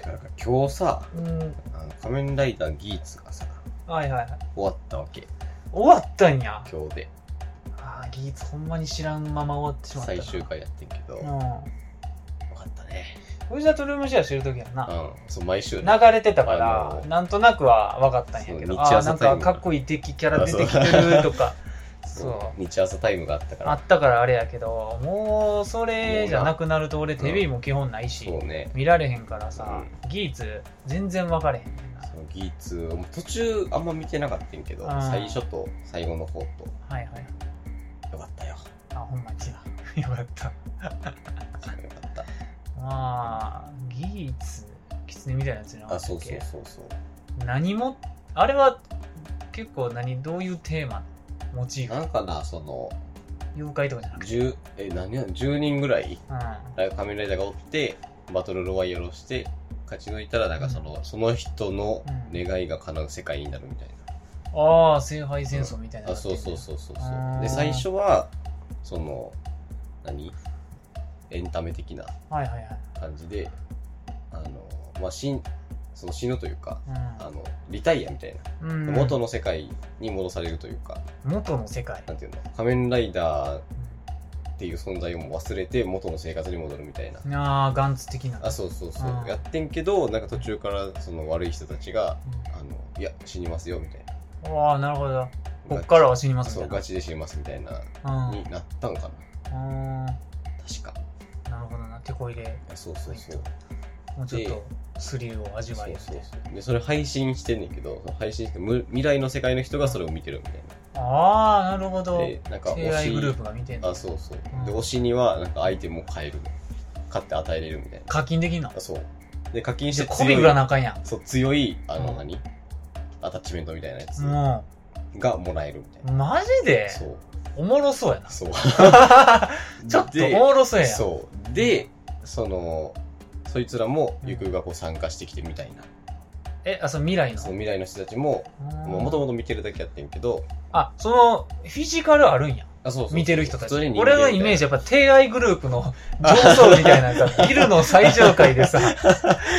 [SPEAKER 2] なんか今日さ
[SPEAKER 1] ううん。
[SPEAKER 2] あの仮面ライダーギーツがさ
[SPEAKER 1] はいはいはい。
[SPEAKER 2] 終わったわけ
[SPEAKER 1] 終わったんや。
[SPEAKER 2] 今日で
[SPEAKER 1] ああ、ギーツほんまに知らんまま終わってしまったな。
[SPEAKER 2] 最終回やってんけど、
[SPEAKER 1] う
[SPEAKER 2] よ
[SPEAKER 1] ん。
[SPEAKER 2] かったね
[SPEAKER 1] 藤田トルームシェアしてる時やんな。
[SPEAKER 2] うんそう毎週ね
[SPEAKER 1] 流れてたか
[SPEAKER 2] あ
[SPEAKER 1] ら
[SPEAKER 2] の、
[SPEAKER 1] なんとなくは分かったんやけ
[SPEAKER 2] そう
[SPEAKER 1] ど、
[SPEAKER 2] 日
[SPEAKER 1] ああー、
[SPEAKER 2] 朝
[SPEAKER 1] なん
[SPEAKER 2] タイ
[SPEAKER 1] か
[SPEAKER 2] ム
[SPEAKER 1] かっこいい敵キャラ出てきてるとか、そう。
[SPEAKER 2] 日朝タイムがあったか
[SPEAKER 1] あ
[SPEAKER 2] ら
[SPEAKER 1] ったからあれやけどもうそれじゃなくなると俺テレビも基本ないし、
[SPEAKER 2] そうね
[SPEAKER 1] 見られへんからさ、技術全然分かれへんねんな
[SPEAKER 2] そのギーツもう途中あんま見てなかったんやけど
[SPEAKER 1] あー
[SPEAKER 2] 最初と最後の方と
[SPEAKER 1] はいはい
[SPEAKER 2] よかったよ
[SPEAKER 1] あほんまにだよかった
[SPEAKER 2] よかった
[SPEAKER 1] まあ技術狐みたいなやつじゃなか
[SPEAKER 2] あ
[SPEAKER 1] った
[SPEAKER 2] そ
[SPEAKER 1] っ
[SPEAKER 2] うそ
[SPEAKER 1] け
[SPEAKER 2] うそうそう
[SPEAKER 1] 何もあれは結構何どういうテーマモチーフ
[SPEAKER 2] なんかなその
[SPEAKER 1] 妖怪とかじゃなくて
[SPEAKER 2] 10え何や10人ぐらい
[SPEAKER 1] うん
[SPEAKER 2] ライ仮面ライダーがおってバトルロワイヤルをして勝ち抜いたらなんかその,、その人の願いが叶う世界になるみたい
[SPEAKER 1] ああ聖杯戦争みたいな
[SPEAKER 2] な、あそうそう
[SPEAKER 1] う
[SPEAKER 2] そうそう
[SPEAKER 1] あ
[SPEAKER 2] そう
[SPEAKER 1] ー
[SPEAKER 2] で最初はその何エンタメ的な
[SPEAKER 1] はいはいはい
[SPEAKER 2] 感じであのまあ死んその死ぬというかあのリタイアみたいな
[SPEAKER 1] うん、うん、
[SPEAKER 2] 元の世界に戻されるというか、
[SPEAKER 1] 元の世界、
[SPEAKER 2] なんていうの仮面ライダーっていう存在をもう忘れて元の生活に戻るみたいな、
[SPEAKER 1] うんああガンツ的な
[SPEAKER 2] あそうそうそう、
[SPEAKER 1] うん
[SPEAKER 2] やってんけどなんか途中からその悪い人たちが
[SPEAKER 1] うん
[SPEAKER 2] あのいや死にますよみたいな
[SPEAKER 1] ああなるほどこっからは死にま
[SPEAKER 2] ガチ
[SPEAKER 1] す
[SPEAKER 2] そう
[SPEAKER 1] みたい
[SPEAKER 2] ガチで死にますみたいな
[SPEAKER 1] なうん
[SPEAKER 2] になったんかな
[SPEAKER 1] うん
[SPEAKER 2] 確か
[SPEAKER 1] なるほどな手こ入れ
[SPEAKER 2] あそうそうそう
[SPEAKER 1] もうちょっとスリルを味
[SPEAKER 2] そう
[SPEAKER 1] わえる
[SPEAKER 2] そう
[SPEAKER 1] みたいな
[SPEAKER 2] そうでそれ配信してんねんけど配信してむ未来の世界の人がそれを見てるみたいな
[SPEAKER 1] ああなるほど
[SPEAKER 2] でなんか
[SPEAKER 1] 敬愛グルー
[SPEAKER 2] 推し
[SPEAKER 1] プが見てんの
[SPEAKER 2] あそうそう
[SPEAKER 1] うん
[SPEAKER 2] で推しにはなんかアイテムを買える買って与えれるみたいな
[SPEAKER 1] 課金できんの
[SPEAKER 2] あそうで課金し
[SPEAKER 1] じゃ
[SPEAKER 2] て
[SPEAKER 1] あコビ売ら
[SPEAKER 2] い
[SPEAKER 1] なあかんやん
[SPEAKER 2] そう強いあの
[SPEAKER 1] うん
[SPEAKER 2] 何、アタッチメントみたいなやつ
[SPEAKER 1] も
[SPEAKER 2] がもらえるみたいうな、
[SPEAKER 1] マジで
[SPEAKER 2] そう
[SPEAKER 1] おもろそうやな
[SPEAKER 2] そう
[SPEAKER 1] ちょっとお
[SPEAKER 2] で
[SPEAKER 1] もろそうやん
[SPEAKER 2] そうでそのそいつらもゆくゆくはこう参加してきてみたいな、
[SPEAKER 1] えあその未来の
[SPEAKER 2] その未来の人たちももともと見てるだけやってんけど
[SPEAKER 1] あそのフィジカルあるんや
[SPEAKER 2] あそうそうそう
[SPEAKER 1] 見てる人たち
[SPEAKER 2] 普通に人間みた
[SPEAKER 1] 俺
[SPEAKER 2] いな
[SPEAKER 1] のイメージやっぱ低愛グループの 上層みたいなさビルの最上階 でさ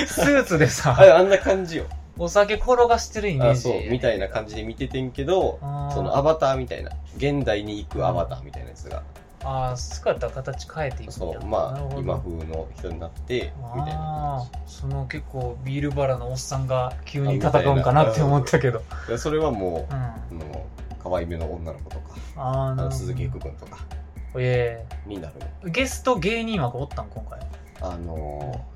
[SPEAKER 1] スーツでさ
[SPEAKER 2] ああんな感じよ
[SPEAKER 1] お酒転がしてるイメー
[SPEAKER 2] あ
[SPEAKER 1] ジ
[SPEAKER 2] そうみたいな感じで見ててんけど
[SPEAKER 1] あー
[SPEAKER 2] そのアバターみたいな現代に行くアバターみたいなやつが
[SPEAKER 1] ああ姿形変えていくんや
[SPEAKER 2] そう
[SPEAKER 1] なる
[SPEAKER 2] ま
[SPEAKER 1] ほ
[SPEAKER 2] あ
[SPEAKER 1] ど
[SPEAKER 2] 今風の人になってみたいな
[SPEAKER 1] ああその結構ビールバラのおっさんが急に戦うんかなって思ったけど、
[SPEAKER 2] 感じでそれは
[SPEAKER 1] う、、
[SPEAKER 2] もうんあ
[SPEAKER 1] あ
[SPEAKER 2] の可愛めの女の子とか
[SPEAKER 1] あな
[SPEAKER 2] あ
[SPEAKER 1] るほ
[SPEAKER 2] の
[SPEAKER 1] ど
[SPEAKER 2] 鈴木福君とか
[SPEAKER 1] え
[SPEAKER 2] になるの
[SPEAKER 1] えゲスト芸人枠おったん今回
[SPEAKER 2] あのー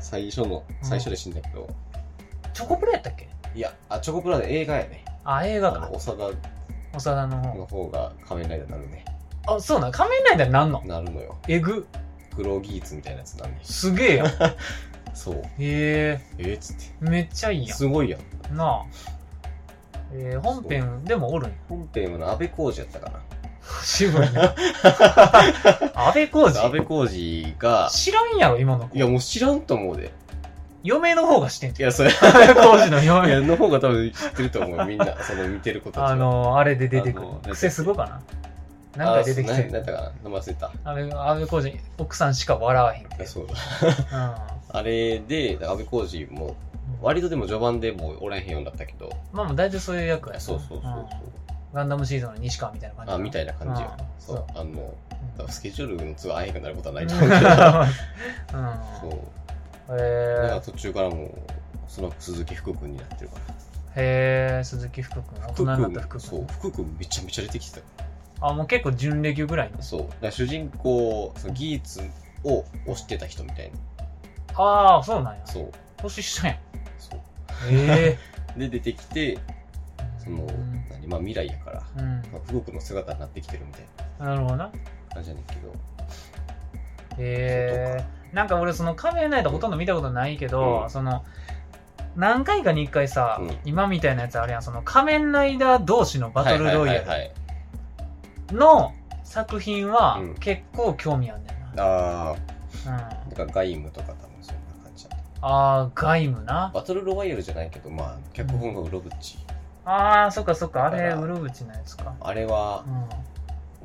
[SPEAKER 2] 最初の最初で死んだけど、
[SPEAKER 1] チョコプラやったっけ
[SPEAKER 2] いや、あ、チョコプラの映画やね。
[SPEAKER 1] あ映
[SPEAKER 2] あ
[SPEAKER 1] 画か
[SPEAKER 2] の、長田
[SPEAKER 1] 長田の方
[SPEAKER 2] の方が仮面ライダーになるね。
[SPEAKER 1] あそうなん仮面ライダーになんの
[SPEAKER 2] なるのよ。
[SPEAKER 1] えぐ
[SPEAKER 2] 黒ギーツみたいなやつなんね。
[SPEAKER 1] すげえやんへ
[SPEAKER 2] そう。
[SPEAKER 1] え
[SPEAKER 2] えっつって。
[SPEAKER 1] めっちゃいいや
[SPEAKER 2] すごいやん。
[SPEAKER 1] んなあえー、本編でもお るんや
[SPEAKER 2] 本編は安倍浩二やったか
[SPEAKER 1] 渋いな安倍浩
[SPEAKER 2] な。
[SPEAKER 1] 二
[SPEAKER 2] 安倍浩二が、
[SPEAKER 1] 知らんやろ今の子
[SPEAKER 2] いや、もう知らんと思うで。
[SPEAKER 1] 嫁の方がしてん
[SPEAKER 2] い
[SPEAKER 1] て
[SPEAKER 2] や、それ、い
[SPEAKER 1] 安倍浩二の嫁
[SPEAKER 2] や、の方が多分知ってると思う。み んな、その見てる子たちは。
[SPEAKER 1] あの、あれで出てく
[SPEAKER 2] あの出てく
[SPEAKER 1] る。
[SPEAKER 2] る
[SPEAKER 1] 癖すごいか
[SPEAKER 2] あ、
[SPEAKER 1] ななんか出てきて
[SPEAKER 2] そうななん
[SPEAKER 1] る。
[SPEAKER 2] だかな。飲ませた。
[SPEAKER 1] 安倍安倍浩二、奥さんしか笑わへんって。
[SPEAKER 2] いやそうだ。
[SPEAKER 1] うん
[SPEAKER 2] あれで、安倍浩二も、割とでも序盤でもうおらんへんようになったけど、
[SPEAKER 1] まあまあ大体そういう役や。
[SPEAKER 2] そうそうそうそう。
[SPEAKER 1] うんガンダムシーズンの西川みたいな感じ。
[SPEAKER 2] あ、みたいな感じよ。
[SPEAKER 1] うん
[SPEAKER 2] そう。あの、多分スケジュールの都合合えへんくな ることはないと思うけど。
[SPEAKER 1] うん。
[SPEAKER 2] そ
[SPEAKER 1] う
[SPEAKER 2] う。
[SPEAKER 1] ん。
[SPEAKER 2] だから
[SPEAKER 1] へ
[SPEAKER 2] 途中からもう、その鈴木福君になってるから。
[SPEAKER 1] え、へえ、鈴木福君。大人になった福
[SPEAKER 2] そ
[SPEAKER 1] 君。、
[SPEAKER 2] う福君めちゃめちゃ出てきて
[SPEAKER 1] あ、もう結構準レギュぐらいの
[SPEAKER 2] た。。そう。だから主人公、そのギーツを推してた人みたいな。
[SPEAKER 1] ああ、そうなんや。
[SPEAKER 2] そう。
[SPEAKER 1] 年下やん。
[SPEAKER 2] そう。
[SPEAKER 1] へえ。
[SPEAKER 2] で、出てきて、その、
[SPEAKER 1] うん
[SPEAKER 2] 何まあ未来やから、
[SPEAKER 1] うん。
[SPEAKER 2] まあ、福君の姿になってきてるみたい
[SPEAKER 1] なるほどな。
[SPEAKER 2] な感じやねんけど。
[SPEAKER 1] へえなんか俺その仮面ライダーほとんど見たことないけど、
[SPEAKER 2] うん
[SPEAKER 1] その何回かに1回さ、
[SPEAKER 2] うん
[SPEAKER 1] 今みたいなやつあるやんその仮面ライダー同士のバトルロイ
[SPEAKER 2] はいは
[SPEAKER 1] ヤ
[SPEAKER 2] いはい
[SPEAKER 1] ルの作品は
[SPEAKER 2] うん
[SPEAKER 1] 結構興味あんねんな、
[SPEAKER 2] はい。あ
[SPEAKER 1] うん
[SPEAKER 2] ー、だから外務とか多分そんな感じだった。
[SPEAKER 1] あー外務な
[SPEAKER 2] バトルロワイヤルじゃないけど、まあ、脚本がウロブチ。
[SPEAKER 1] あーそっかそっかあれ
[SPEAKER 2] だから
[SPEAKER 1] ウロブチのやつか
[SPEAKER 2] あれは、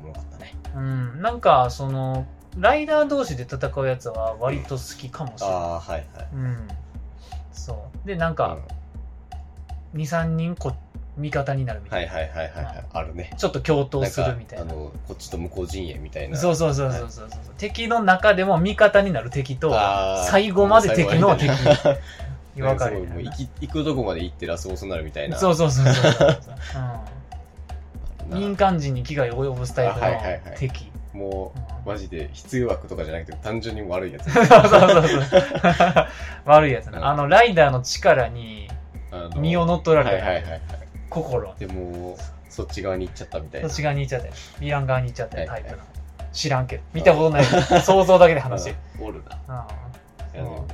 [SPEAKER 1] う
[SPEAKER 2] おもろかったね。
[SPEAKER 1] ん、うん、なんかそのライダー同士で戦うやつは割と好きかもしれない、
[SPEAKER 2] ああ、はいはい。
[SPEAKER 1] うん、そうでなんか23人こ味方になるみたいな、
[SPEAKER 2] はいはいはいはいは
[SPEAKER 1] うん
[SPEAKER 2] い。あるね。
[SPEAKER 1] ちょっと共闘するみたい
[SPEAKER 2] んか
[SPEAKER 1] な
[SPEAKER 2] あ。の、こっちと向こう陣営みたいな。
[SPEAKER 1] そうそうそうそうそうそう、敵の中でも味方になる敵と
[SPEAKER 2] あー
[SPEAKER 1] 最後まで敵の敵
[SPEAKER 2] 最後まで敵
[SPEAKER 1] に 分かれ
[SPEAKER 2] す
[SPEAKER 1] る
[SPEAKER 2] ごいもう行き行くとこまで行ってラスボスになるみたいな。。
[SPEAKER 1] そううそうそうそうそう、うん、
[SPEAKER 2] な
[SPEAKER 1] 民間人に危害を及ぼすタイプ
[SPEAKER 2] あはいはいは
[SPEAKER 1] の
[SPEAKER 2] い
[SPEAKER 1] 敵、
[SPEAKER 2] も
[SPEAKER 1] うん
[SPEAKER 2] う、マジで、必要悪とかじゃなくて、単純に悪いやつ。
[SPEAKER 1] そう そうそうそう悪いやつ
[SPEAKER 2] うん
[SPEAKER 1] なあのライダーの力に
[SPEAKER 2] あの
[SPEAKER 1] 身を乗っ取られ
[SPEAKER 2] はい
[SPEAKER 1] た、
[SPEAKER 2] はいはいはい。
[SPEAKER 1] 心
[SPEAKER 2] でも、そっち側に行っちゃったみたい
[SPEAKER 1] そ
[SPEAKER 2] な。
[SPEAKER 1] っち側に行っちゃってヴィラン側に行っちゃってるタイプの、
[SPEAKER 2] は
[SPEAKER 1] 知らんけど見たことない 想像だけで話、うん
[SPEAKER 2] うんおるな。いや、でも、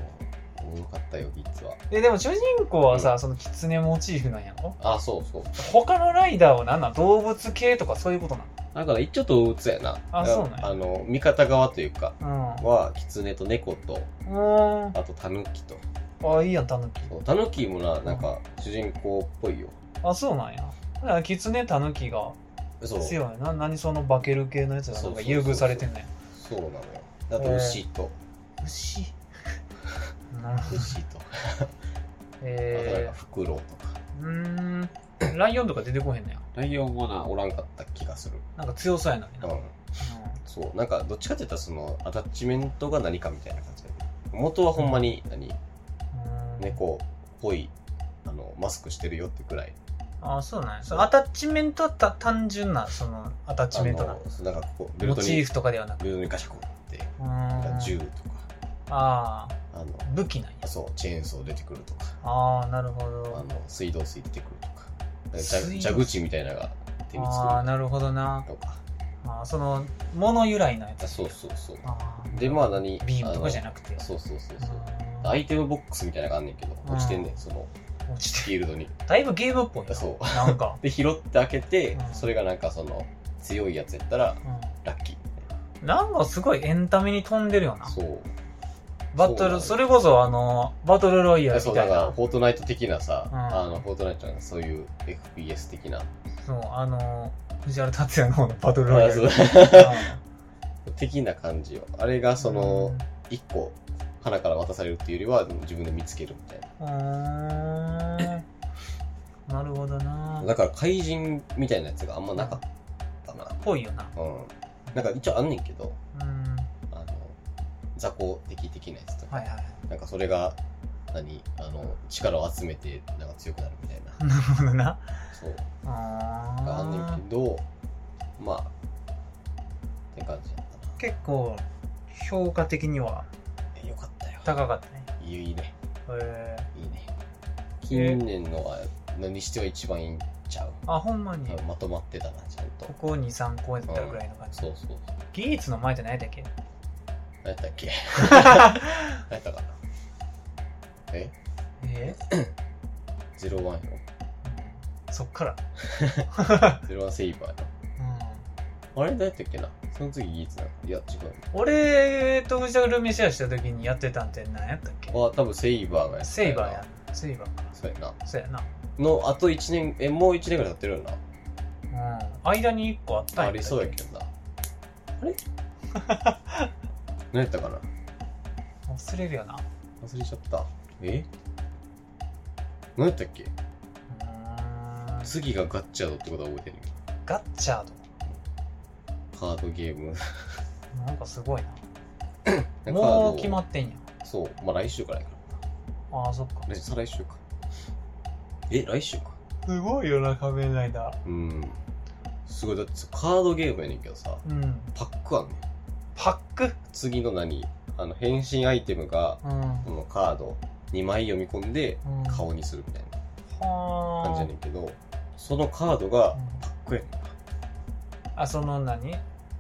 [SPEAKER 2] おもろかったよ、ギッツは。
[SPEAKER 1] えでも主人公はさ、その狐モチーフなんやろ
[SPEAKER 2] あ、そうそう。
[SPEAKER 1] 他のライダーは何なん動物系とかそういうことな
[SPEAKER 2] だから、一応動物やな。
[SPEAKER 1] あ
[SPEAKER 2] だから
[SPEAKER 1] そうなんや
[SPEAKER 2] あの、味方側というか、
[SPEAKER 1] の
[SPEAKER 2] は、キツネと猫と、
[SPEAKER 1] うんう
[SPEAKER 2] あとタヌキと。
[SPEAKER 1] ーんあいいやんタヌキ
[SPEAKER 2] そうタヌキもな、なんか、主人公っぽいよ。
[SPEAKER 1] あそうなんやだからキツネタヌキが
[SPEAKER 2] そう。
[SPEAKER 1] 強いねな何その化ける系のやつがなんか優遇されてんね
[SPEAKER 2] そうなのよ。あと牛と、
[SPEAKER 1] ん 牛なるほど
[SPEAKER 2] 牛と、あとなん
[SPEAKER 1] え
[SPEAKER 2] かフクロウとか。
[SPEAKER 1] ー、うーんライオンとか出てこへんねや
[SPEAKER 2] ライオンもな、おらんかった気がする。
[SPEAKER 1] なんか強そうやのにな、
[SPEAKER 2] う
[SPEAKER 1] うん
[SPEAKER 2] ん。そう。なんか、どっちかって言ったら、その、アタッチメントが何かみたいな感じだよね元はほんまに、何、
[SPEAKER 1] うん
[SPEAKER 2] 猫っぽい、あの、マスクしてるよってくらい。
[SPEAKER 1] あそうなんやそのアタッチメントはた単純なそのアタッチメントな
[SPEAKER 2] あのそうなんかこう、ベル
[SPEAKER 1] モ
[SPEAKER 2] ト
[SPEAKER 1] チ
[SPEAKER 2] に、
[SPEAKER 1] ー
[SPEAKER 2] ベ
[SPEAKER 1] フとかではなく
[SPEAKER 2] ルトにガシャコンって、
[SPEAKER 1] うー
[SPEAKER 2] なん
[SPEAKER 1] ん
[SPEAKER 2] か銃とか、
[SPEAKER 1] ああ
[SPEAKER 2] あの、
[SPEAKER 1] 武器なんや
[SPEAKER 2] あそう、チェーンソー出てくるとか、
[SPEAKER 1] ああなるほ
[SPEAKER 2] あ
[SPEAKER 1] ど
[SPEAKER 2] の、水道水出てくるとか、
[SPEAKER 1] 水道
[SPEAKER 2] じゃ蛇口みたいなのが手につく
[SPEAKER 1] ああなるほどな
[SPEAKER 2] とか
[SPEAKER 1] あーその物由来のや
[SPEAKER 2] あ
[SPEAKER 1] つ
[SPEAKER 2] そうそうそう
[SPEAKER 1] あー
[SPEAKER 2] でまあ何
[SPEAKER 1] ビームとかじゃ
[SPEAKER 2] な
[SPEAKER 1] なくて
[SPEAKER 2] そうそうそうそう
[SPEAKER 1] うん
[SPEAKER 2] アイテムボックスみたいなのがあんねんけど落ちてんねんその
[SPEAKER 1] 落ち
[SPEAKER 2] フ
[SPEAKER 1] て
[SPEAKER 2] ィー ルドに
[SPEAKER 1] だいぶゲームっぽいな
[SPEAKER 2] そう
[SPEAKER 1] なんか、
[SPEAKER 2] で拾って開けて
[SPEAKER 1] うん
[SPEAKER 2] それがなんかその強いやつやったら
[SPEAKER 1] う
[SPEAKER 2] ラッキー
[SPEAKER 1] ん、なんかすごいエンタメに飛んでるよな
[SPEAKER 2] そう
[SPEAKER 1] バト
[SPEAKER 2] そうなの
[SPEAKER 1] ルそれこそあのバトルロイヤル
[SPEAKER 2] そ
[SPEAKER 1] みた
[SPEAKER 2] うだ
[SPEAKER 1] い
[SPEAKER 2] から
[SPEAKER 1] な
[SPEAKER 2] フォートナイト的なさ、
[SPEAKER 1] うん
[SPEAKER 2] あのフォートナイトなんかそういう FPS 的な
[SPEAKER 1] そうあの藤原竜也の方のバトルロイヤ
[SPEAKER 2] あ
[SPEAKER 1] ル
[SPEAKER 2] そう 的な感じよあれが その一個花から渡されるっていうよりは自分で見つけるみたい
[SPEAKER 1] うんうーんなるほどな
[SPEAKER 2] なだから怪人みたいなやつがあんまなかったな
[SPEAKER 1] ぽいよな
[SPEAKER 2] うんなんか一応あんねんけど
[SPEAKER 1] うん
[SPEAKER 2] あの雑魚的的なやつとか、
[SPEAKER 1] はいはいはい
[SPEAKER 2] なんかそれが何あの力を集めてなんか強くなるみたいな
[SPEAKER 1] なるほどな
[SPEAKER 2] そう
[SPEAKER 1] あ
[SPEAKER 2] があんね
[SPEAKER 1] ー
[SPEAKER 2] んけどまあって感じやったな
[SPEAKER 1] 結構評価的には
[SPEAKER 2] えよかったよ
[SPEAKER 1] 高かったね
[SPEAKER 2] いいいいね
[SPEAKER 1] へー
[SPEAKER 2] いいね近年のは何しては一番いいんちゃう
[SPEAKER 1] あほんまに
[SPEAKER 2] 多分まとまってたなちゃんと
[SPEAKER 1] ここ23個やったぐらいの感じ
[SPEAKER 2] そうそう
[SPEAKER 1] ギーツの前じゃないだっけ
[SPEAKER 2] 何やったっけ何やったかなえ
[SPEAKER 1] え
[SPEAKER 2] ゼロワンよ
[SPEAKER 1] そっから、
[SPEAKER 2] ゼロワンセイバーよ
[SPEAKER 1] うん、
[SPEAKER 2] あれ何やったっけなその次ギーツなのいや違う
[SPEAKER 1] 俺と藤田ルミシェアした時にやってたんって何やったっけ
[SPEAKER 2] は多分セイバーがやった
[SPEAKER 1] セイバー
[SPEAKER 2] な
[SPEAKER 1] やセイバーか
[SPEAKER 2] そうやな
[SPEAKER 1] そうやな
[SPEAKER 2] のあと1年えもう1年ぐらい経ってるよな
[SPEAKER 1] うん間に1個あったん
[SPEAKER 2] ありそうやけどな。あ れ何やったかな
[SPEAKER 1] 忘れるよなう
[SPEAKER 2] 忘れちゃった。え何やったっけ
[SPEAKER 1] ーん
[SPEAKER 2] 次がガッチャードってことは覚えてるけ
[SPEAKER 1] ガッチャー
[SPEAKER 2] どカードゲーム。
[SPEAKER 1] ドなんかすごいな
[SPEAKER 2] カード
[SPEAKER 1] も
[SPEAKER 2] を
[SPEAKER 1] う決まってんや
[SPEAKER 2] そう。まあ来週からやか。
[SPEAKER 1] あーそっから
[SPEAKER 2] 来再来週か。え、来週か。
[SPEAKER 1] すごいよな仮面ライダー
[SPEAKER 2] うん。すごい。だってさカードゲームやねんけどさ、
[SPEAKER 1] うん
[SPEAKER 2] パックあんねん。
[SPEAKER 1] パック
[SPEAKER 2] 次の何あの、変身アイテムが、
[SPEAKER 1] うん、
[SPEAKER 2] このカード2枚読み込んで、
[SPEAKER 1] うん、
[SPEAKER 2] 顔にするみたいな
[SPEAKER 1] は
[SPEAKER 2] 感
[SPEAKER 1] ー
[SPEAKER 2] じやねんけど、そのカードが
[SPEAKER 1] うん
[SPEAKER 2] パックやねん。
[SPEAKER 1] あその何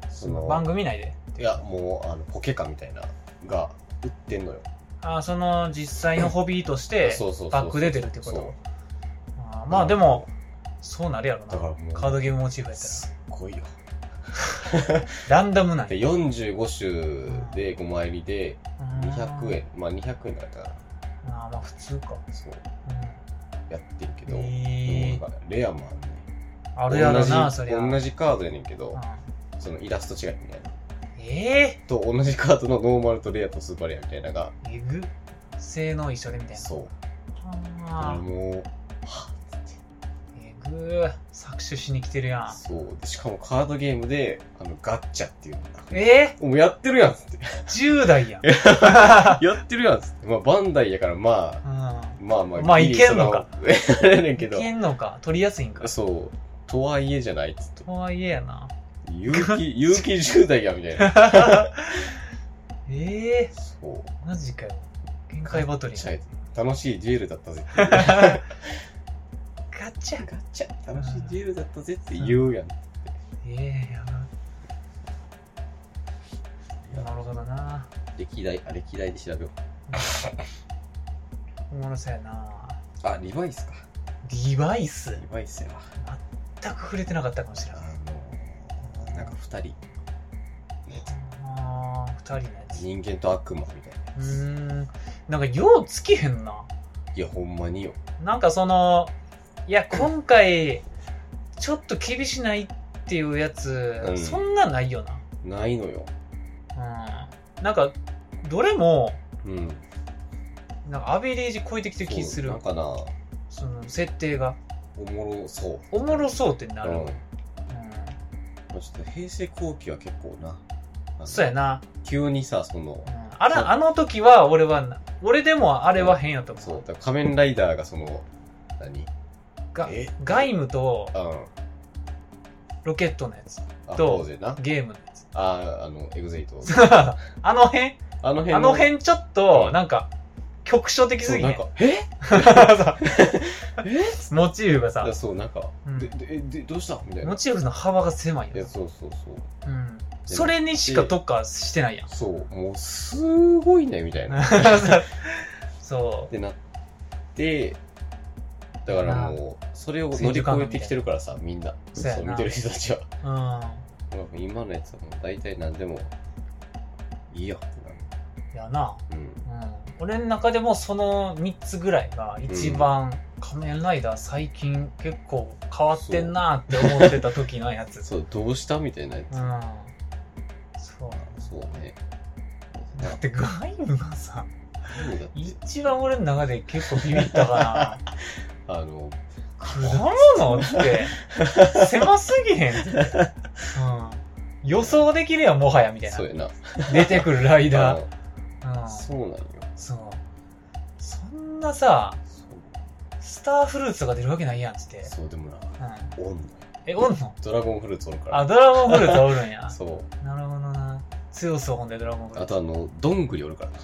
[SPEAKER 2] その
[SPEAKER 1] 番組内で
[SPEAKER 2] いやもうあのポケカみたいなが売ってんのよ
[SPEAKER 1] あその実際のホビーとして
[SPEAKER 2] そうそうそう
[SPEAKER 1] バック出てるってこ
[SPEAKER 2] そう
[SPEAKER 1] とあーまあでもそうなるやろ
[SPEAKER 2] だから
[SPEAKER 1] な
[SPEAKER 2] もう
[SPEAKER 1] カードゲームモチーフやった
[SPEAKER 2] すっごいよ
[SPEAKER 1] らランダムなん
[SPEAKER 2] で
[SPEAKER 1] や
[SPEAKER 2] 45種で5枚入りで200円まあ200円だったか
[SPEAKER 1] うんあーまあ普通か、
[SPEAKER 2] らそう
[SPEAKER 1] う
[SPEAKER 2] やってんけど、
[SPEAKER 1] ん、え
[SPEAKER 2] でもなんかレアもあんね
[SPEAKER 1] ー、あるやろなそ
[SPEAKER 2] 同じ
[SPEAKER 1] りゃ、うん、
[SPEAKER 2] 同じカードやねんけど、そのイラスト違いみたいな
[SPEAKER 1] え
[SPEAKER 2] と同じカードのノーマルとレアとスーパーレアみたいなのが
[SPEAKER 1] ー、えぐ性能一緒でみたいな
[SPEAKER 2] そうだから
[SPEAKER 1] あ
[SPEAKER 2] もう
[SPEAKER 1] ーえぐー搾取しに来てるやん
[SPEAKER 2] そうでしかもカードゲームであのガッチャっていうの
[SPEAKER 1] え
[SPEAKER 2] もうやってるやんっつって
[SPEAKER 1] ー、10代やん、
[SPEAKER 2] やってるやんっつってまあバンダイやからまあ
[SPEAKER 1] う
[SPEAKER 2] まあまあ、
[SPEAKER 1] まあいけんのか
[SPEAKER 2] ギリそ の。あれやねんけ
[SPEAKER 1] ん、い
[SPEAKER 2] ど。
[SPEAKER 1] けんのか取りやすいんか
[SPEAKER 2] そう。とはいえじゃないっつって。
[SPEAKER 1] とはいえや な
[SPEAKER 2] 有機、有機10代やみたいな。
[SPEAKER 1] ええ
[SPEAKER 2] そう。
[SPEAKER 1] ー、マジかよ限界バトル
[SPEAKER 2] ガッ
[SPEAKER 1] や
[SPEAKER 2] チ
[SPEAKER 1] ん
[SPEAKER 2] ャや楽しいデュエルだったぜっていう。
[SPEAKER 1] ガチャ
[SPEAKER 2] ガッチャ楽しいデュエルだったぜって言うやん。
[SPEAKER 1] ええやばなるほどな
[SPEAKER 2] 歴代、あ、歴代で調べよう。
[SPEAKER 1] おもろそうやな
[SPEAKER 2] あ、リバイスか。
[SPEAKER 1] リバイス
[SPEAKER 2] リバイスやわ。
[SPEAKER 1] 全く触れてなかったかもしれない
[SPEAKER 2] あのー、なんか二人。
[SPEAKER 1] あー二人のやつ
[SPEAKER 2] 人間と悪魔みたいな
[SPEAKER 1] う
[SPEAKER 2] やつ。
[SPEAKER 1] ーんなんかようつきへんない
[SPEAKER 2] や、ほんまによ。
[SPEAKER 1] なんかそのいや今回ちょっと厳しないっていうやつ、
[SPEAKER 2] うん
[SPEAKER 1] そんなないよ
[SPEAKER 2] ないのよ。
[SPEAKER 1] なうんなんかどれも
[SPEAKER 2] うん。
[SPEAKER 1] なんかアベレージ超えてきてる気する
[SPEAKER 2] そうなんかな、
[SPEAKER 1] その設定が
[SPEAKER 2] おもろそう。
[SPEAKER 1] おもろそうってなる、
[SPEAKER 2] うん。
[SPEAKER 1] う
[SPEAKER 2] まあちょっと平成後期は結構な。あの
[SPEAKER 1] ん、そうやな、
[SPEAKER 2] 急にさ、その
[SPEAKER 1] う、んあ
[SPEAKER 2] そう
[SPEAKER 1] らあの時は俺はな俺でもあれは変やと
[SPEAKER 2] そ
[SPEAKER 1] 思
[SPEAKER 2] う
[SPEAKER 1] う、、
[SPEAKER 2] だから仮面ライダーがその、何
[SPEAKER 1] が
[SPEAKER 2] え
[SPEAKER 1] ガイムと
[SPEAKER 2] うん。
[SPEAKER 1] ロケットのやつ
[SPEAKER 2] あ、
[SPEAKER 1] どう
[SPEAKER 2] 当然な。
[SPEAKER 1] ゲームのやつ
[SPEAKER 2] あ、あの、エグゼイト。
[SPEAKER 1] あの辺
[SPEAKER 2] あの辺
[SPEAKER 1] あの辺ちょっと
[SPEAKER 2] うん
[SPEAKER 1] なんか局所的
[SPEAKER 2] そ
[SPEAKER 1] す
[SPEAKER 2] う
[SPEAKER 1] ぎ
[SPEAKER 2] なん
[SPEAKER 1] ね
[SPEAKER 2] か、え え
[SPEAKER 1] モチーフがさ
[SPEAKER 2] だ、そう、なんか、
[SPEAKER 1] うん
[SPEAKER 2] で、で、えで、どうしたみたいな。
[SPEAKER 1] モチーフの幅が狭い
[SPEAKER 2] い
[SPEAKER 1] よ
[SPEAKER 2] や、、そうそうそう。
[SPEAKER 1] うん、それにしか特化してないやん
[SPEAKER 2] そう、もう、すごいね、みたい な。っ
[SPEAKER 1] そ
[SPEAKER 2] てなって、だからもう、それを乗り越えてきてるからさ、みんな。
[SPEAKER 1] そうやな
[SPEAKER 2] そう、見てる人たちは。
[SPEAKER 1] う、うん、
[SPEAKER 2] なんか今のやつはもう大体何でも、いいやってなる。
[SPEAKER 1] やな、
[SPEAKER 2] うん。
[SPEAKER 1] うん、俺の中でもその3つぐらいが一番、仮面ライダー最近結構変わってんなって思ってた時のやつ
[SPEAKER 2] そう、どうしたみたいなや
[SPEAKER 1] う
[SPEAKER 2] つ。
[SPEAKER 1] んそう
[SPEAKER 2] そうね。
[SPEAKER 1] だってガイムがさ
[SPEAKER 2] なんだって
[SPEAKER 1] 一番俺の中で結構ビビったかな
[SPEAKER 2] あの、
[SPEAKER 1] 果物って狭すぎへん、うん、予想できるやんもはやみたいな
[SPEAKER 2] そうやな。
[SPEAKER 1] 出てくるライダー、う
[SPEAKER 2] あの
[SPEAKER 1] ん、
[SPEAKER 2] そうなんよ。
[SPEAKER 1] そうそんなさ
[SPEAKER 2] そう
[SPEAKER 1] スターフルーツが出るわけないやんっつって、
[SPEAKER 2] そうでもな、
[SPEAKER 1] うん、
[SPEAKER 2] おんのよ
[SPEAKER 1] えおんの
[SPEAKER 2] ドラゴンフルーツおるか
[SPEAKER 1] あ
[SPEAKER 2] ら。
[SPEAKER 1] ドラゴンフルーツはおるんや
[SPEAKER 2] そう。
[SPEAKER 1] なるほどな強そうほんでドラゴンフル
[SPEAKER 2] あ
[SPEAKER 1] ーツ
[SPEAKER 2] とあの、どんぐりおるからな。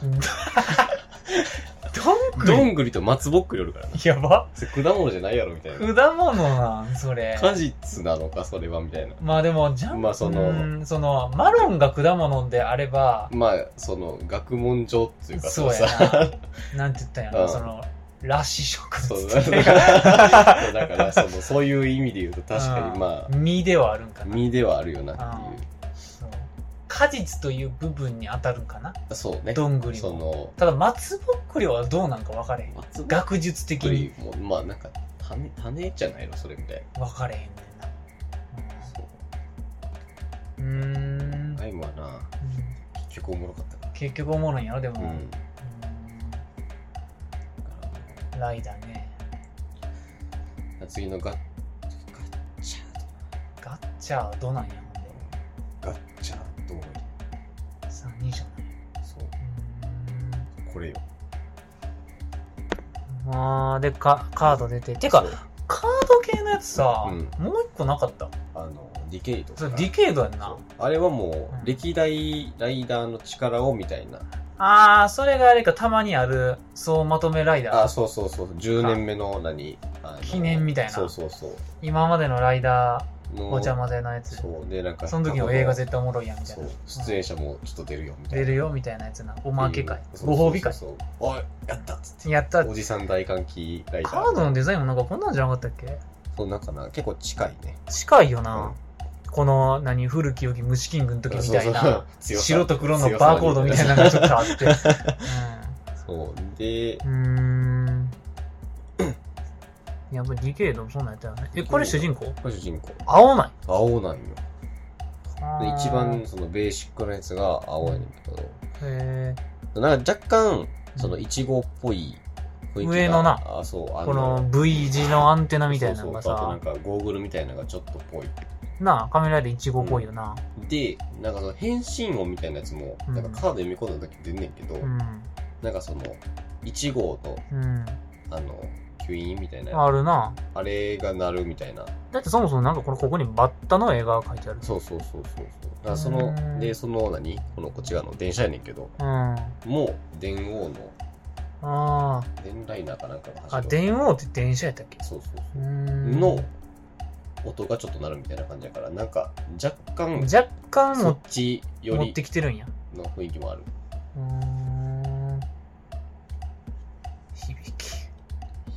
[SPEAKER 1] どんぐ
[SPEAKER 2] ど
[SPEAKER 1] り
[SPEAKER 2] んぐりと松ぼっくりおるからな。
[SPEAKER 1] やば
[SPEAKER 2] それ果物じゃないやろみたいな。
[SPEAKER 1] 果物なんそれ
[SPEAKER 2] 果実なのか、それはみたいな。
[SPEAKER 1] まあでもジャン
[SPEAKER 2] まあその
[SPEAKER 1] うんそのマロンが果物であれば
[SPEAKER 2] まあ、その、学問上っていうか、
[SPEAKER 1] そうや
[SPEAKER 2] のさ、
[SPEAKER 1] ななんて言ったんや
[SPEAKER 2] う
[SPEAKER 1] ろ
[SPEAKER 2] ん
[SPEAKER 1] そのラッシュ食
[SPEAKER 2] そう
[SPEAKER 1] 物
[SPEAKER 2] だ
[SPEAKER 1] っていう
[SPEAKER 2] か、
[SPEAKER 1] から
[SPEAKER 2] だからそのそういう意味で言うと確か
[SPEAKER 1] う
[SPEAKER 2] に
[SPEAKER 1] ん
[SPEAKER 2] まあ、
[SPEAKER 1] 実ではあるんかな
[SPEAKER 2] 身ではあるよなってい
[SPEAKER 1] そう果実という部分に当たるんかな
[SPEAKER 2] う。そうね。
[SPEAKER 1] どんぐり
[SPEAKER 2] そ
[SPEAKER 1] も
[SPEAKER 2] の、
[SPEAKER 1] ただ松ぼっくりはどうなんか分かれへん
[SPEAKER 2] 松ぼっ
[SPEAKER 1] 学術的
[SPEAKER 2] く
[SPEAKER 1] に
[SPEAKER 2] りも、まあなんか、種、種じゃないのそれみたい
[SPEAKER 1] 分かれへんね
[SPEAKER 2] な。そう。
[SPEAKER 1] んなうんうーん、
[SPEAKER 2] アイムはな、
[SPEAKER 1] うん
[SPEAKER 2] 結局おもろかったか
[SPEAKER 1] 結局おもろいんやろでも、
[SPEAKER 2] ら。うん。
[SPEAKER 1] うんライダーね
[SPEAKER 2] 次のガッ、
[SPEAKER 1] ガッチャーどなんやほんで
[SPEAKER 2] ガッチャーどう
[SPEAKER 1] 三人じゃない
[SPEAKER 2] そう、これよ。
[SPEAKER 1] うーんまあでかカード出ててか
[SPEAKER 2] そう
[SPEAKER 1] カード系のやつさ、
[SPEAKER 2] うん
[SPEAKER 1] もう一個なかった
[SPEAKER 2] あの、ディケイド
[SPEAKER 1] そ
[SPEAKER 2] か
[SPEAKER 1] れ
[SPEAKER 2] な。
[SPEAKER 1] ディケイドやんな
[SPEAKER 2] そうあれはも
[SPEAKER 1] うん
[SPEAKER 2] う、歴代ライダーの力をみたいな。
[SPEAKER 1] ああそれがあれかたまにあるそうまとめライダー
[SPEAKER 2] あ、そうそうそう。10年目の何あの
[SPEAKER 1] 記念みたいな
[SPEAKER 2] そうそうそう。
[SPEAKER 1] 今までのライダー
[SPEAKER 2] の
[SPEAKER 1] ごちゃ混ぜのやつ
[SPEAKER 2] そう。で、なんか。
[SPEAKER 1] その時の映画絶対おもろいやんみたい
[SPEAKER 2] そ
[SPEAKER 1] な
[SPEAKER 2] う。出演者もちょっと出るよ、みたい
[SPEAKER 1] 出
[SPEAKER 2] な。
[SPEAKER 1] るよみたいなやつなお
[SPEAKER 2] うん。
[SPEAKER 1] まけ会
[SPEAKER 2] そうそうそう
[SPEAKER 1] ご褒美会
[SPEAKER 2] そうおい、やったっつって。
[SPEAKER 1] やった
[SPEAKER 2] おじさん大歓喜ライダー。
[SPEAKER 1] カードのデザインもなんかこんなんじゃなかったっけ
[SPEAKER 2] そう、なんかな、結構近いね。
[SPEAKER 1] 近いよ
[SPEAKER 2] う、
[SPEAKER 1] なんこの何古き良き虫キングの時みたい
[SPEAKER 2] そうそ
[SPEAKER 1] な
[SPEAKER 2] う強 さ
[SPEAKER 1] 白と黒のバーコードみたいなのがちょっとあ って
[SPEAKER 2] そう。で
[SPEAKER 1] う、んうーんやっぱりディケイドもそんなんやったよねえこれ主人公
[SPEAKER 2] これ主人公。
[SPEAKER 1] 青ない
[SPEAKER 2] 青なんよ。で一番そのベーシックなやつが青やねんけ
[SPEAKER 1] へ
[SPEAKER 2] ど、なんか若干、そのイチゴっぽい雰囲気が。
[SPEAKER 1] 上のな
[SPEAKER 2] あ、そう、
[SPEAKER 1] ー
[SPEAKER 2] あ
[SPEAKER 1] この V 字のアンテナみたいなのが
[SPEAKER 2] そうそうあ
[SPEAKER 1] さ
[SPEAKER 2] となんかゴーグルみたいなのがちょっとっぽい。
[SPEAKER 1] なあカメラでイチゴっぽいよな
[SPEAKER 2] で、なんかその変身音みたいなやつも、
[SPEAKER 1] うん
[SPEAKER 2] なんかカード読み込んだ時出んねんけど、
[SPEAKER 1] うん
[SPEAKER 2] なんかその、1号と、
[SPEAKER 1] うん
[SPEAKER 2] あの、キュイーンみたいな、
[SPEAKER 1] あるな
[SPEAKER 2] あれが鳴るみたいな。
[SPEAKER 1] だってそもそもなんかこれここにバッタの映画が書いてある
[SPEAKER 2] そうそうそうそうそう。だからそうの、
[SPEAKER 1] ん
[SPEAKER 2] で、その何このこっち側の電車やねんけど、
[SPEAKER 1] うんあ
[SPEAKER 2] もう、電王の、
[SPEAKER 1] あ
[SPEAKER 2] 電ライナーかなんかが走
[SPEAKER 1] あ電王って電車やったっけ
[SPEAKER 2] そうそう
[SPEAKER 1] うー
[SPEAKER 2] そう。
[SPEAKER 1] ん
[SPEAKER 2] の、音がちょっと鳴るみたいな感じやから、なんか、若干、
[SPEAKER 1] 若干
[SPEAKER 2] そっ
[SPEAKER 1] も
[SPEAKER 2] ちよ
[SPEAKER 1] 持っ
[SPEAKER 2] り
[SPEAKER 1] てきてるんや
[SPEAKER 2] の雰囲気もある。
[SPEAKER 1] うーん響き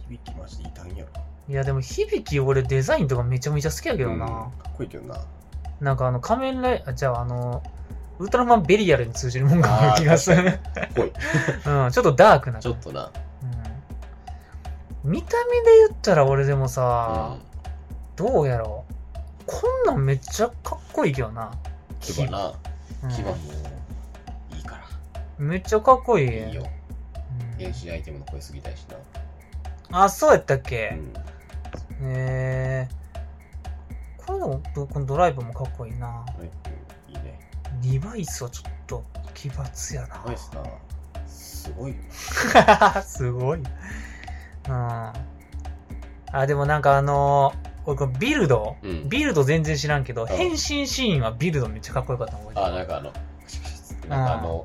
[SPEAKER 2] 響きまして痛いんやろ。
[SPEAKER 1] いやでも響き俺デザインとかめちゃめちゃ好きやけど
[SPEAKER 2] うん
[SPEAKER 1] な、
[SPEAKER 2] かっこいいけどな。
[SPEAKER 1] なんかあの仮面ライダーじゃああのウルトラマンベリアルに通じるもんがあ
[SPEAKER 2] あー
[SPEAKER 1] る気がする、
[SPEAKER 2] ぽい。
[SPEAKER 1] うん、ちょっとダークな
[SPEAKER 2] ちょっとな。
[SPEAKER 1] うん、見た目で言ったら俺でもさ、どうやろうこんなんめっちゃかっこいいけどな
[SPEAKER 2] うん。牙な。
[SPEAKER 1] うん
[SPEAKER 2] 牙もいいか
[SPEAKER 1] めっちゃかっこいい
[SPEAKER 2] ら。いいよ。
[SPEAKER 1] うん
[SPEAKER 2] 原始アイテムの声すぎたいし
[SPEAKER 1] あそうやったっ
[SPEAKER 2] な。う
[SPEAKER 1] け、
[SPEAKER 2] ん。
[SPEAKER 1] へえこれでもどこのドライブもかっこいいな
[SPEAKER 2] はいいいね。
[SPEAKER 1] リバイスはちょっと奇抜や
[SPEAKER 2] ナイスな。すごいよな。
[SPEAKER 1] な すごいうんあでもなんかあのー俺このビルド、
[SPEAKER 2] うん
[SPEAKER 1] ビルド全然知らんけど、
[SPEAKER 2] ん
[SPEAKER 1] 変身シーンはビルドめっちゃかっこよかったの覚えてる
[SPEAKER 2] あ、なんかあの、なんかあの、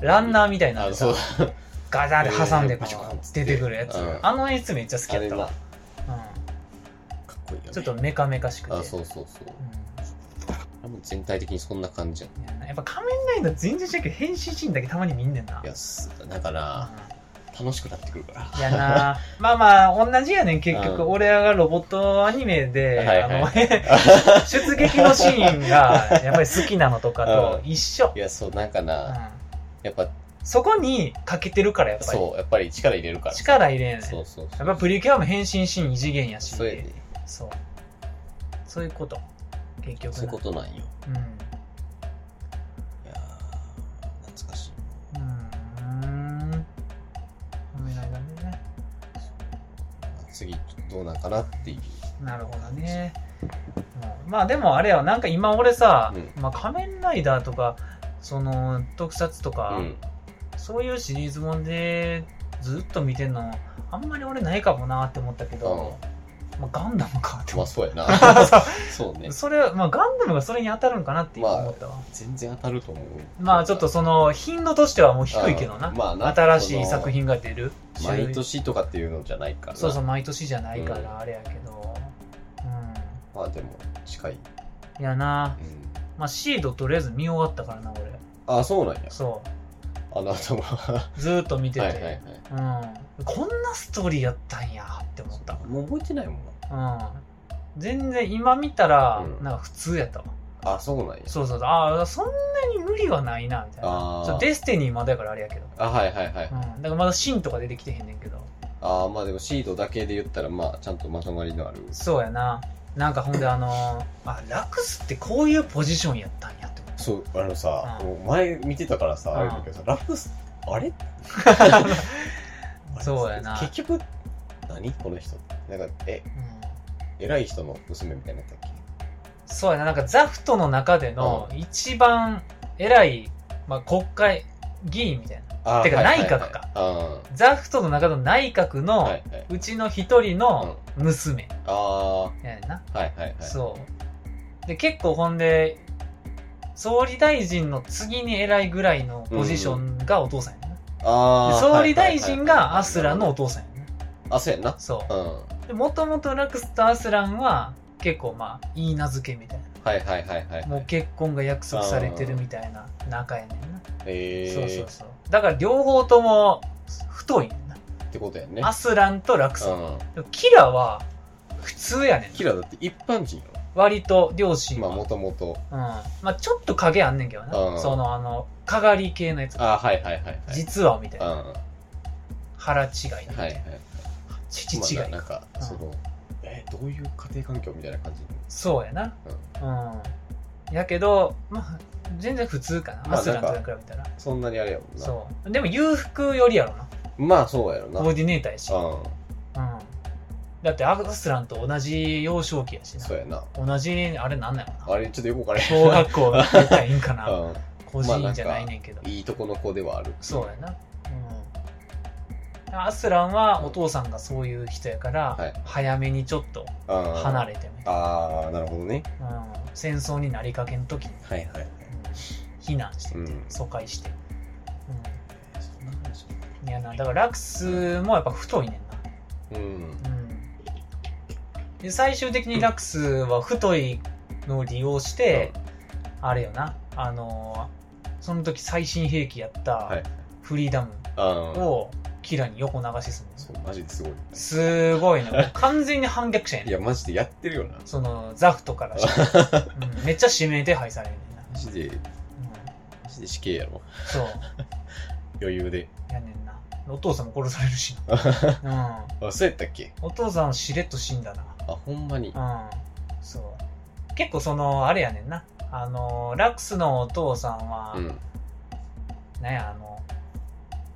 [SPEAKER 1] ランナーみたいな
[SPEAKER 2] あ
[SPEAKER 1] の
[SPEAKER 2] の、
[SPEAKER 1] さ
[SPEAKER 2] そう。
[SPEAKER 1] ガチャって挟んでこ
[SPEAKER 2] えーバチコンっつ
[SPEAKER 1] う
[SPEAKER 2] って
[SPEAKER 1] 出てくるやつ、
[SPEAKER 2] うん
[SPEAKER 1] あの演出めっちゃ好き
[SPEAKER 2] あ
[SPEAKER 1] やっ
[SPEAKER 2] れ
[SPEAKER 1] た
[SPEAKER 2] な
[SPEAKER 1] わ
[SPEAKER 2] か、っこいいよ
[SPEAKER 1] う
[SPEAKER 2] ね
[SPEAKER 1] ん、ちょっとメカメカしくて
[SPEAKER 2] あそうそうそう
[SPEAKER 1] う
[SPEAKER 2] あもう全体的にそんな感じや
[SPEAKER 1] んいやなやっぱ仮面ライダー全然違うけど変身シーンだけたまに見んねんない
[SPEAKER 2] やすだから
[SPEAKER 1] うん
[SPEAKER 2] 楽しくなってくるから
[SPEAKER 1] いやな まあまあ、同じやねん、結局。
[SPEAKER 2] うん
[SPEAKER 1] 俺らがロボットアニメで、
[SPEAKER 2] はい はい
[SPEAKER 1] あの、出撃のシーンが、やっぱり好きなのとかと一緒
[SPEAKER 2] い。やそうなんか
[SPEAKER 1] うん
[SPEAKER 2] なやっぱ
[SPEAKER 1] そこに欠けてるから、やっぱり。
[SPEAKER 2] そうやっぱり力入れるから
[SPEAKER 1] 力入れんねん。
[SPEAKER 2] そ
[SPEAKER 1] や
[SPEAKER 2] うそう
[SPEAKER 1] っぱプリキュアも変身シーン異次元やし。
[SPEAKER 2] そうやね
[SPEAKER 1] そう。そういうこと。結局な。
[SPEAKER 2] そういうことなんよ
[SPEAKER 1] うん。
[SPEAKER 2] いやー懐かしいう
[SPEAKER 1] ーん。褒めないだね。
[SPEAKER 2] 次どうなんかなっていう
[SPEAKER 1] なるほどね、うんまあでもあれよなんか今俺さ、
[SPEAKER 2] う
[SPEAKER 1] まあ、仮面ライダーとかその特撮とか、
[SPEAKER 2] うん
[SPEAKER 1] そういうシリーズもんでずっと見てんのあんまり俺ないかもなって思ったけど、まあ、ガンダムかって思
[SPEAKER 2] まあ
[SPEAKER 1] っ
[SPEAKER 2] そうやな そうね
[SPEAKER 1] たそれは、まあ、ガンダムがそれに当たるんかなって今思ったわ、
[SPEAKER 2] 全然当たると思う
[SPEAKER 1] まあちょっとその頻度としてはもう低いけどな,、
[SPEAKER 2] うんまあな
[SPEAKER 1] 新しい作品が出る
[SPEAKER 2] その毎年とかっていうのじゃないからな
[SPEAKER 1] そうそう毎年じゃないか
[SPEAKER 2] うん
[SPEAKER 1] らあれやけどうん、
[SPEAKER 2] まあでも近い、
[SPEAKER 1] いやな
[SPEAKER 2] うん、
[SPEAKER 1] まあ、シードとりあえず見終わったからな俺
[SPEAKER 2] あそうなんや
[SPEAKER 1] そ
[SPEAKER 2] あの頭は
[SPEAKER 1] うずーっと見
[SPEAKER 2] い
[SPEAKER 1] てて、
[SPEAKER 2] はいはい
[SPEAKER 1] うん、こんなストーリーやったんやって思った、
[SPEAKER 2] もう覚えてないもん
[SPEAKER 1] うん、全然今見たら
[SPEAKER 2] うん
[SPEAKER 1] なんか普通やったわ、
[SPEAKER 2] なあそうなんや
[SPEAKER 1] そうそうそうああそんなに無理はないなみたいな
[SPEAKER 2] あー
[SPEAKER 1] そうデスティニーまだやからあれやけど、
[SPEAKER 2] あはいはいはい、
[SPEAKER 1] うん、だからまだシンとか出てきてへんねんけど
[SPEAKER 2] ああまあでもシードだけで言ったらまあちゃんとまとまりのある
[SPEAKER 1] そうやななんかほんであのーあラクスってこういうポジションやったんやって思っ
[SPEAKER 2] そうあのさ、
[SPEAKER 1] うん
[SPEAKER 2] もう前見てたからさ、
[SPEAKER 1] うん
[SPEAKER 2] あれだけどさラップスあれあれ
[SPEAKER 1] そうやな
[SPEAKER 2] 結局何この人なんかえ
[SPEAKER 1] た、うん
[SPEAKER 2] 偉い人の娘みたいになったっけ
[SPEAKER 1] そうやな、なんかザフトの中での一番偉い、まあ、国会議員みたいな。
[SPEAKER 2] あー
[SPEAKER 1] てか
[SPEAKER 2] はいはい
[SPEAKER 1] 内閣か
[SPEAKER 2] はい
[SPEAKER 1] ザフトの中の内閣
[SPEAKER 2] うんは
[SPEAKER 1] の
[SPEAKER 2] いはいう
[SPEAKER 1] ちの一人の娘
[SPEAKER 2] ああは
[SPEAKER 1] やねんな。
[SPEAKER 2] いはいはい
[SPEAKER 1] そう。で、結構ほんで、総理大臣の次に偉いぐらいのポジションがお父さんやねんな。
[SPEAKER 2] あ
[SPEAKER 1] で
[SPEAKER 2] ー
[SPEAKER 1] 総理大臣
[SPEAKER 2] はいはいはい
[SPEAKER 1] がアスランのお父さんやねんな。
[SPEAKER 2] あそうやんな
[SPEAKER 1] そ
[SPEAKER 2] うんは
[SPEAKER 1] う。で、もともとラクスとアスランは結構まあ、いい名付けみたいな。
[SPEAKER 2] いはいはいはい
[SPEAKER 1] もう結婚が約束されてるみたいな仲やねんな。
[SPEAKER 2] えー、
[SPEAKER 1] そうそうそうだから両方とも太いねんな
[SPEAKER 2] ってことやね
[SPEAKER 1] アスランとラク
[SPEAKER 2] う
[SPEAKER 1] ソン、
[SPEAKER 2] ん
[SPEAKER 1] でもキラは普通やねん
[SPEAKER 2] キラだって一般人や
[SPEAKER 1] 割と両親
[SPEAKER 2] ろ
[SPEAKER 1] は、
[SPEAKER 2] まあもともと
[SPEAKER 1] うんまあ、ちょっと影あんねんけどな、
[SPEAKER 2] うん
[SPEAKER 1] そのあのかがり系のやつ
[SPEAKER 2] あーはいはいはいはい
[SPEAKER 1] 実はみたい
[SPEAKER 2] うん
[SPEAKER 1] な
[SPEAKER 2] は
[SPEAKER 1] 腹違いみたい
[SPEAKER 2] い
[SPEAKER 1] な、
[SPEAKER 2] はい
[SPEAKER 1] 父違い、
[SPEAKER 2] まあなんか
[SPEAKER 1] うん
[SPEAKER 2] そのえーどういう家庭環境みたいな感じ
[SPEAKER 1] そうやなうんやけど、まあ、全然普通かな、
[SPEAKER 2] まあ
[SPEAKER 1] アスランと
[SPEAKER 2] な
[SPEAKER 1] 比
[SPEAKER 2] ん
[SPEAKER 1] べたら
[SPEAKER 2] そんなにあれやもんな
[SPEAKER 1] そうでも裕福よりやろな
[SPEAKER 2] まあそうやろな
[SPEAKER 1] コーディネーターやし、うん、
[SPEAKER 2] う
[SPEAKER 1] だってアスランと同じ幼少期やし
[SPEAKER 2] ん
[SPEAKER 1] な
[SPEAKER 2] そうやな
[SPEAKER 1] 同じあれなんなんやろ
[SPEAKER 2] あ
[SPEAKER 1] な
[SPEAKER 2] れちょっとよくわからへん
[SPEAKER 1] 小学校みたいんかな
[SPEAKER 2] う
[SPEAKER 1] 個人じゃないねんけど、
[SPEAKER 2] んいいとこの子ではある
[SPEAKER 1] そうやな、うん、アスランはお父さんがそういう人やから、
[SPEAKER 2] はい
[SPEAKER 1] 早めにちょっと
[SPEAKER 2] うん
[SPEAKER 1] 離れてね、
[SPEAKER 2] ああなるほどね
[SPEAKER 1] うん、戦争になりかけん時に、
[SPEAKER 2] はいはいは
[SPEAKER 1] う
[SPEAKER 2] い
[SPEAKER 1] ん避難してみて、
[SPEAKER 2] うん
[SPEAKER 1] 疎開して、
[SPEAKER 2] そんな話
[SPEAKER 1] うん、いやなだからラクスもやっぱ太いねん
[SPEAKER 2] うん
[SPEAKER 1] な、うん、で最終的にラクスは太いのを利用して、あれよな、あのーその時最新兵器やっ
[SPEAKER 2] はい
[SPEAKER 1] たフリーダム
[SPEAKER 2] うん
[SPEAKER 1] をキラに横流しするの、
[SPEAKER 2] そうマジですごい
[SPEAKER 1] すごいね。もう完全に反逆者や
[SPEAKER 2] い
[SPEAKER 1] ね
[SPEAKER 2] やマジでやってるよな
[SPEAKER 1] その、ザフトからして、 うんめっちゃ指名手配されるねんな。
[SPEAKER 2] マジで
[SPEAKER 1] うん
[SPEAKER 2] マジで死刑やろ
[SPEAKER 1] そう。
[SPEAKER 2] 余裕で
[SPEAKER 1] やねんな。お父さんも殺されるし
[SPEAKER 2] あ
[SPEAKER 1] な。
[SPEAKER 2] そうやったっけ
[SPEAKER 1] うん。お父さんしれっと死んだ
[SPEAKER 2] あほんまに
[SPEAKER 1] な。うん。そう。結構その、あれやねんな。あのー、ラクスのお父さんは、
[SPEAKER 2] うん
[SPEAKER 1] なんや、あの、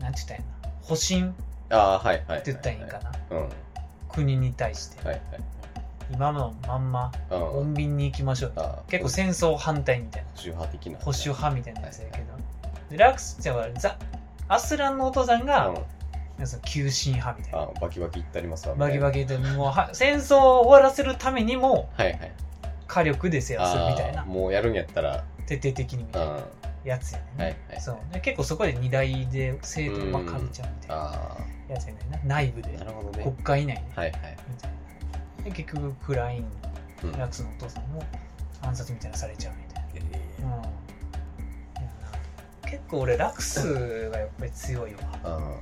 [SPEAKER 1] なんて言ったんやな。保身っ
[SPEAKER 2] ああはいはいはいはい
[SPEAKER 1] て言ったらいいんかな。
[SPEAKER 2] うんはい
[SPEAKER 1] 国に対して、
[SPEAKER 2] はい
[SPEAKER 1] 今のまんま
[SPEAKER 2] うん
[SPEAKER 1] 穏便に行きましょうみたいな
[SPEAKER 2] あ
[SPEAKER 1] 結構戦争反対みたいな
[SPEAKER 2] 保守派的な
[SPEAKER 1] 保守派みたいなやつやけど、でラクスちゃんはザアスランのお父さんが、
[SPEAKER 2] うん
[SPEAKER 1] その急進派みたいな
[SPEAKER 2] あバキバキいったりますわ
[SPEAKER 1] バキ
[SPEAKER 2] キ
[SPEAKER 1] バキでもうは戦争を終わらせるためにも
[SPEAKER 2] はいはい
[SPEAKER 1] 火力で制圧するみたい
[SPEAKER 2] あー
[SPEAKER 1] な
[SPEAKER 2] もうやるんやったら
[SPEAKER 1] 徹底的にみたいな
[SPEAKER 2] う
[SPEAKER 1] やつやねんな、
[SPEAKER 2] はいはい。
[SPEAKER 1] そうで結構そこで荷台で生徒ばっかりちゃうみたいな
[SPEAKER 2] あ
[SPEAKER 1] やつやねんな内部で
[SPEAKER 2] あ、なるほど
[SPEAKER 1] 国
[SPEAKER 2] ね。
[SPEAKER 1] 会内
[SPEAKER 2] はいはい。
[SPEAKER 1] みたいなで結局クライン
[SPEAKER 2] うん。
[SPEAKER 1] やつのお父さんも暗殺みたいなのされちゃうみたい
[SPEAKER 2] え
[SPEAKER 1] な、うんいやな、結構俺ラクスがやっぱり強いわ、
[SPEAKER 2] ーあ
[SPEAKER 1] うん、
[SPEAKER 2] ー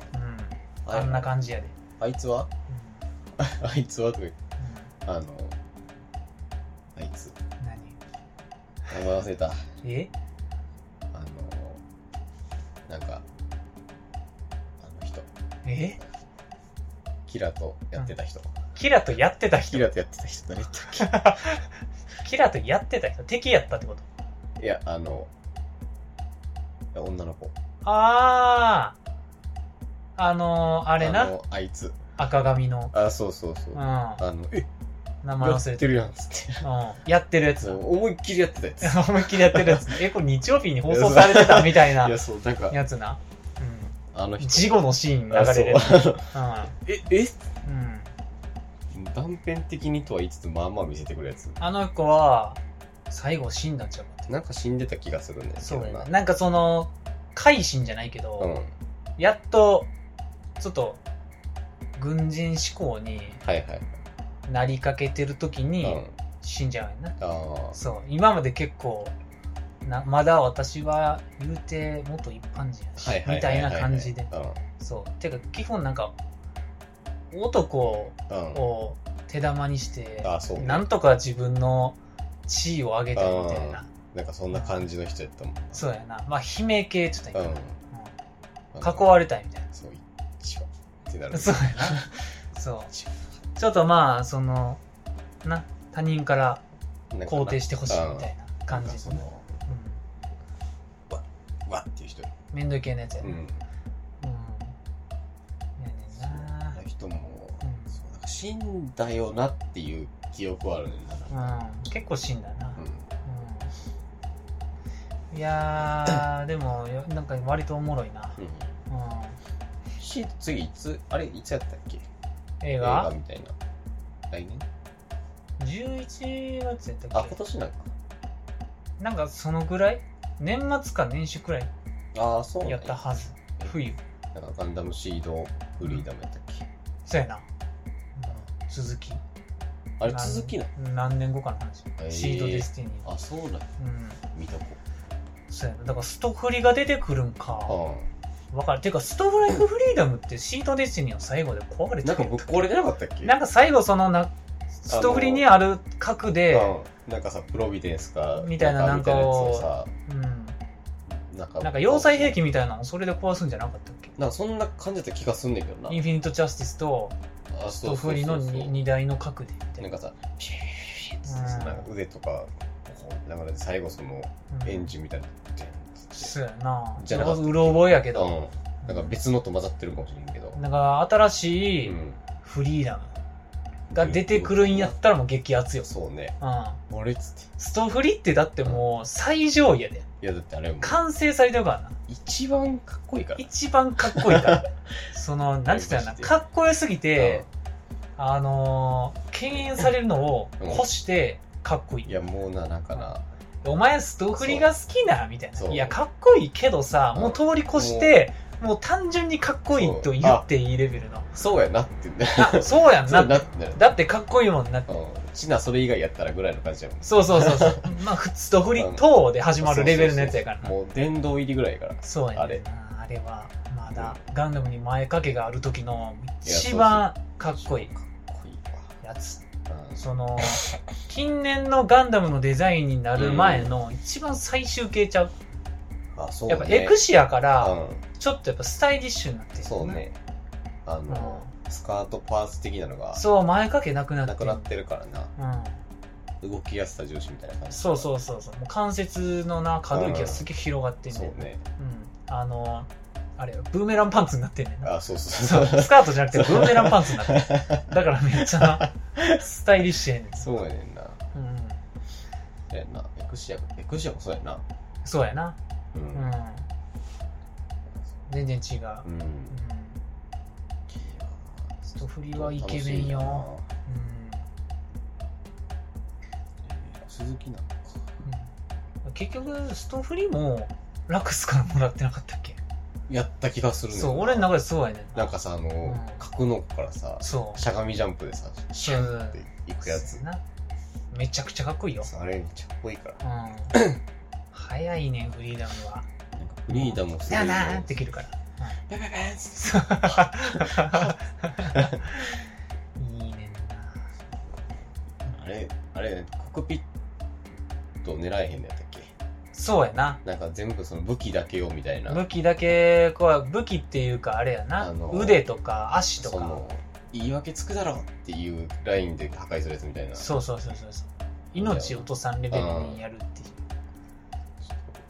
[SPEAKER 1] あんな感じやで、
[SPEAKER 2] あいつは あいつはとか言って
[SPEAKER 1] う
[SPEAKER 2] あの、あいつ。
[SPEAKER 1] んうん、何
[SPEAKER 2] 名前忘れた。
[SPEAKER 1] え
[SPEAKER 2] あの、なんか、あの人。
[SPEAKER 1] え
[SPEAKER 2] キラとやってた人。
[SPEAKER 1] キラとやってた人
[SPEAKER 2] キラとやってた人誰だっ
[SPEAKER 1] キラとやってた人敵やったってこと
[SPEAKER 2] けいや、あの、いや女の子。
[SPEAKER 1] あああのー、あ
[SPEAKER 2] あ
[SPEAKER 1] れな
[SPEAKER 2] のあいつ。
[SPEAKER 1] 赤髪の、
[SPEAKER 2] あ、そうそうそうう。
[SPEAKER 1] ん、
[SPEAKER 2] あ
[SPEAKER 1] 名
[SPEAKER 2] の、え、
[SPEAKER 1] 前
[SPEAKER 2] や
[SPEAKER 1] 忘れ
[SPEAKER 2] ってて
[SPEAKER 1] る、
[SPEAKER 2] るやん、つって。
[SPEAKER 1] うん、やってるやつ
[SPEAKER 2] そう思いっきりやってたやつ。い
[SPEAKER 1] 思いっきりやってる やつえこれ日曜日に放送されてたみたいな
[SPEAKER 2] や、そう、なんか、
[SPEAKER 1] やつな、
[SPEAKER 2] あの
[SPEAKER 1] うん、
[SPEAKER 2] 人。
[SPEAKER 1] 事後のシーン
[SPEAKER 2] あ
[SPEAKER 1] 流れるやつ
[SPEAKER 2] そうえ、え
[SPEAKER 1] うんうん、
[SPEAKER 2] 断片的にとは言いつつ、まあまあ見せてくるやつ。
[SPEAKER 1] あの子は最後死んだんちゃうかって
[SPEAKER 2] なんか死んでた気がするんだけ
[SPEAKER 1] そ
[SPEAKER 2] ど
[SPEAKER 1] うやな
[SPEAKER 2] な。
[SPEAKER 1] なんかその改心じゃないけど、
[SPEAKER 2] うん。はい
[SPEAKER 1] やっとちょっと軍人志向に
[SPEAKER 2] はい。
[SPEAKER 1] なりかけてる時
[SPEAKER 2] う
[SPEAKER 1] に
[SPEAKER 2] ん。
[SPEAKER 1] 死んじゃうやんな、
[SPEAKER 2] ああ。
[SPEAKER 1] そう今まで結構なまだ私は言うて元一般人やし、
[SPEAKER 2] はいはい
[SPEAKER 1] み
[SPEAKER 2] は
[SPEAKER 1] た
[SPEAKER 2] はい
[SPEAKER 1] な感じで
[SPEAKER 2] うん
[SPEAKER 1] そうてか基本なんか男
[SPEAKER 2] うん
[SPEAKER 1] を手玉にして
[SPEAKER 2] あそうね
[SPEAKER 1] なんとか自分の地位を上げたいみたいな
[SPEAKER 2] なんかそんな感じの人やったもん
[SPEAKER 1] そうやなまあ姫系ちょっと言
[SPEAKER 2] うん
[SPEAKER 1] ったら
[SPEAKER 2] なん
[SPEAKER 1] 囲
[SPEAKER 2] か
[SPEAKER 1] われたいみたいな
[SPEAKER 2] そう一番ってなる
[SPEAKER 1] そうやな。そう。ちょっとまあ、その、な、他人から
[SPEAKER 2] なんかな
[SPEAKER 1] 肯定してほしいみたいな感じ
[SPEAKER 2] な
[SPEAKER 1] で、
[SPEAKER 2] んかそ
[SPEAKER 1] ね
[SPEAKER 2] のわっていう人
[SPEAKER 1] うん、めんどい系のやつや
[SPEAKER 2] う
[SPEAKER 1] な。うん。
[SPEAKER 2] ん
[SPEAKER 1] やねんな
[SPEAKER 2] あの人も
[SPEAKER 1] うん
[SPEAKER 2] そうなんか死んだよなっていう記憶はあるねんな
[SPEAKER 1] うん、結構死んだな
[SPEAKER 2] う、ん
[SPEAKER 1] うん、いや ーでもよなんか割とおもろいな、
[SPEAKER 2] うん
[SPEAKER 1] う
[SPEAKER 2] し次いつあれいつやったっけ
[SPEAKER 1] ん、映
[SPEAKER 2] 映
[SPEAKER 1] 画
[SPEAKER 2] みたいな来年
[SPEAKER 1] 11月やったっけ
[SPEAKER 2] あ今年なんか
[SPEAKER 1] なんかそのぐらい年末か年始くらい
[SPEAKER 2] ああそうなん
[SPEAKER 1] やったはず冬
[SPEAKER 2] なんかガンダムシードフリーダムやったっけ
[SPEAKER 1] そうやな、続き
[SPEAKER 2] あれ続きなの
[SPEAKER 1] 何何年後かの話、
[SPEAKER 2] へー
[SPEAKER 1] シードデスティニーは
[SPEAKER 2] あそうなんや
[SPEAKER 1] うん
[SPEAKER 2] 見たこ
[SPEAKER 1] そうやなだからストフリが出てくるんか
[SPEAKER 2] ああ
[SPEAKER 1] わかるてかストフライクフリーダムってシードデスティニーの最後で壊れて
[SPEAKER 2] なん
[SPEAKER 1] る
[SPEAKER 2] かぶっ壊れてなかったっけ
[SPEAKER 1] なんか最後そのなストフリにある核で、
[SPEAKER 2] うんなんかさ、プロビデンスか、
[SPEAKER 1] みたいな
[SPEAKER 2] なんかみたいなやつをさ、
[SPEAKER 1] うん、
[SPEAKER 2] なんか、
[SPEAKER 1] なんか要塞兵器みたいなのをそれで壊すんじゃなかったっけ
[SPEAKER 2] なんかそんな感じだった気がすんねんけどな
[SPEAKER 1] イ。ンフィニット・ジャスティスと
[SPEAKER 2] あ
[SPEAKER 1] ス
[SPEAKER 2] そ
[SPEAKER 1] ト
[SPEAKER 2] うそ
[SPEAKER 1] フ
[SPEAKER 2] うそう
[SPEAKER 1] リ
[SPEAKER 2] そう
[SPEAKER 1] のに荷台の核でみたい
[SPEAKER 2] なん
[SPEAKER 1] な
[SPEAKER 2] かさ、ピューって
[SPEAKER 1] うん
[SPEAKER 2] なんか腕とか、こう流れて最後その、
[SPEAKER 1] うん
[SPEAKER 2] エンジンみたいな。って
[SPEAKER 1] そうやな
[SPEAKER 2] じゃなかった
[SPEAKER 1] うろ覚えやけ
[SPEAKER 2] う
[SPEAKER 1] ど、
[SPEAKER 2] ん。なんか別のと混ざってるかもしれんけど。
[SPEAKER 1] なんか新しい、
[SPEAKER 2] うん
[SPEAKER 1] フリーダムが出てくるんやったらもう激アツよ。
[SPEAKER 2] そうね。
[SPEAKER 1] うん。
[SPEAKER 2] あれっつっ
[SPEAKER 1] ストフリってだってもう最上位やで。
[SPEAKER 2] て。いや、だってあれもう、
[SPEAKER 1] 完成されてるからな。
[SPEAKER 2] 一番かっこいいから。
[SPEAKER 1] 一番かっこいい から。その、なんて言ったら
[SPEAKER 2] マ
[SPEAKER 1] いい
[SPEAKER 2] ジ
[SPEAKER 1] か
[SPEAKER 2] で
[SPEAKER 1] な。かっこよすぎて、あのー、敬遠されるのを越して、かっこいい
[SPEAKER 2] い。や、もうな、なんかな、
[SPEAKER 1] お前ストフリが好きなみたいな。
[SPEAKER 2] そう
[SPEAKER 1] いや、かっこいいけどさ、
[SPEAKER 2] うん
[SPEAKER 1] もう通り越して、もう単純にかっこいいと言っていいレベルの。
[SPEAKER 2] そうやなってね。
[SPEAKER 1] あ、そうやん
[SPEAKER 2] そうやな
[SPEAKER 1] な。
[SPEAKER 2] ってなる。
[SPEAKER 1] だってかっこいいもんなって。
[SPEAKER 2] うん。ちな、それ以外やったらぐらいの感じやもん。
[SPEAKER 1] そうそうそうそう。まあ、普通とフリ等で始まるレベルのやつやからな。
[SPEAKER 2] もう殿堂入りぐらいやから
[SPEAKER 1] そうや
[SPEAKER 2] あ
[SPEAKER 1] ねん
[SPEAKER 2] れ
[SPEAKER 1] な。あれは、まだ、ガンダムに前掛けがある時の一
[SPEAKER 2] い
[SPEAKER 1] 番
[SPEAKER 2] や
[SPEAKER 1] かっこいい
[SPEAKER 2] かっこいい
[SPEAKER 1] やつ。
[SPEAKER 2] わうん
[SPEAKER 1] その、近年のガンダムのデザインになる前の一番最終形ちゃう。
[SPEAKER 2] あそうね
[SPEAKER 1] やっぱエクシアか
[SPEAKER 2] う
[SPEAKER 1] ら、
[SPEAKER 2] ん
[SPEAKER 1] ちょっとやっぱスタイリッシュになってる
[SPEAKER 2] そう。ねあの、スカートパーツ的なのが
[SPEAKER 1] そう、前掛けなくな
[SPEAKER 2] な
[SPEAKER 1] って
[SPEAKER 2] く
[SPEAKER 1] る
[SPEAKER 2] な。ってるからな
[SPEAKER 1] うん。
[SPEAKER 2] 動きやすさ重視みたいな感じ
[SPEAKER 1] そう
[SPEAKER 2] う
[SPEAKER 1] そうそうそう。もう関節のな、可動域がすげえ広がってん
[SPEAKER 2] そ
[SPEAKER 1] ねん。
[SPEAKER 2] うね
[SPEAKER 1] うん。あの、あれよブーメランパンツになってんねんな。
[SPEAKER 2] あそうそ
[SPEAKER 1] そうう、
[SPEAKER 2] そう
[SPEAKER 1] スカートじゃなくてブーメランパンツになってるだからめっちゃスタイリッシュやねん。
[SPEAKER 2] そうやねんな
[SPEAKER 1] うん。
[SPEAKER 2] そうやなエクシアエクシアもそうやな
[SPEAKER 1] そうやな。
[SPEAKER 2] う
[SPEAKER 1] うんん。全然違う。う。
[SPEAKER 2] うんん
[SPEAKER 1] ストフリはイケメンよ。
[SPEAKER 2] 楽しいな鈴木なのか
[SPEAKER 1] うん結局、ストフリもラクスからもらってなかったっけ
[SPEAKER 2] やった気がするねんな
[SPEAKER 1] そう、俺の中でそうやねん
[SPEAKER 2] なんかさ、あの
[SPEAKER 1] ん、
[SPEAKER 2] 格納庫からさ、
[SPEAKER 1] そう。
[SPEAKER 2] しゃがみジャンプでさ、シャンって行くやつ
[SPEAKER 1] そう。な。めちゃくちゃかっこいいよ。
[SPEAKER 2] そうあれめっちゃかっこいいから。
[SPEAKER 1] うん。早いね、フリーダムは。
[SPEAKER 2] なんかフリーダムすご
[SPEAKER 1] だ
[SPEAKER 2] い
[SPEAKER 1] なー
[SPEAKER 2] な
[SPEAKER 1] ってできるから。
[SPEAKER 2] ペペペンス
[SPEAKER 1] そういいねん
[SPEAKER 2] あれ、あれ、コックピット狙えへんのやったっけ
[SPEAKER 1] な。そうやな。
[SPEAKER 2] なんか全部その武器だけをみたいな。
[SPEAKER 1] 武器だけこう武器っていうかあれやな、
[SPEAKER 2] あの
[SPEAKER 1] 腕とか足と
[SPEAKER 2] そ
[SPEAKER 1] か
[SPEAKER 2] の、言い訳つくだろっていうラインで破壊するやつみたいな。
[SPEAKER 1] そうそうそうそうそう命落とさんレベルにやるっていう、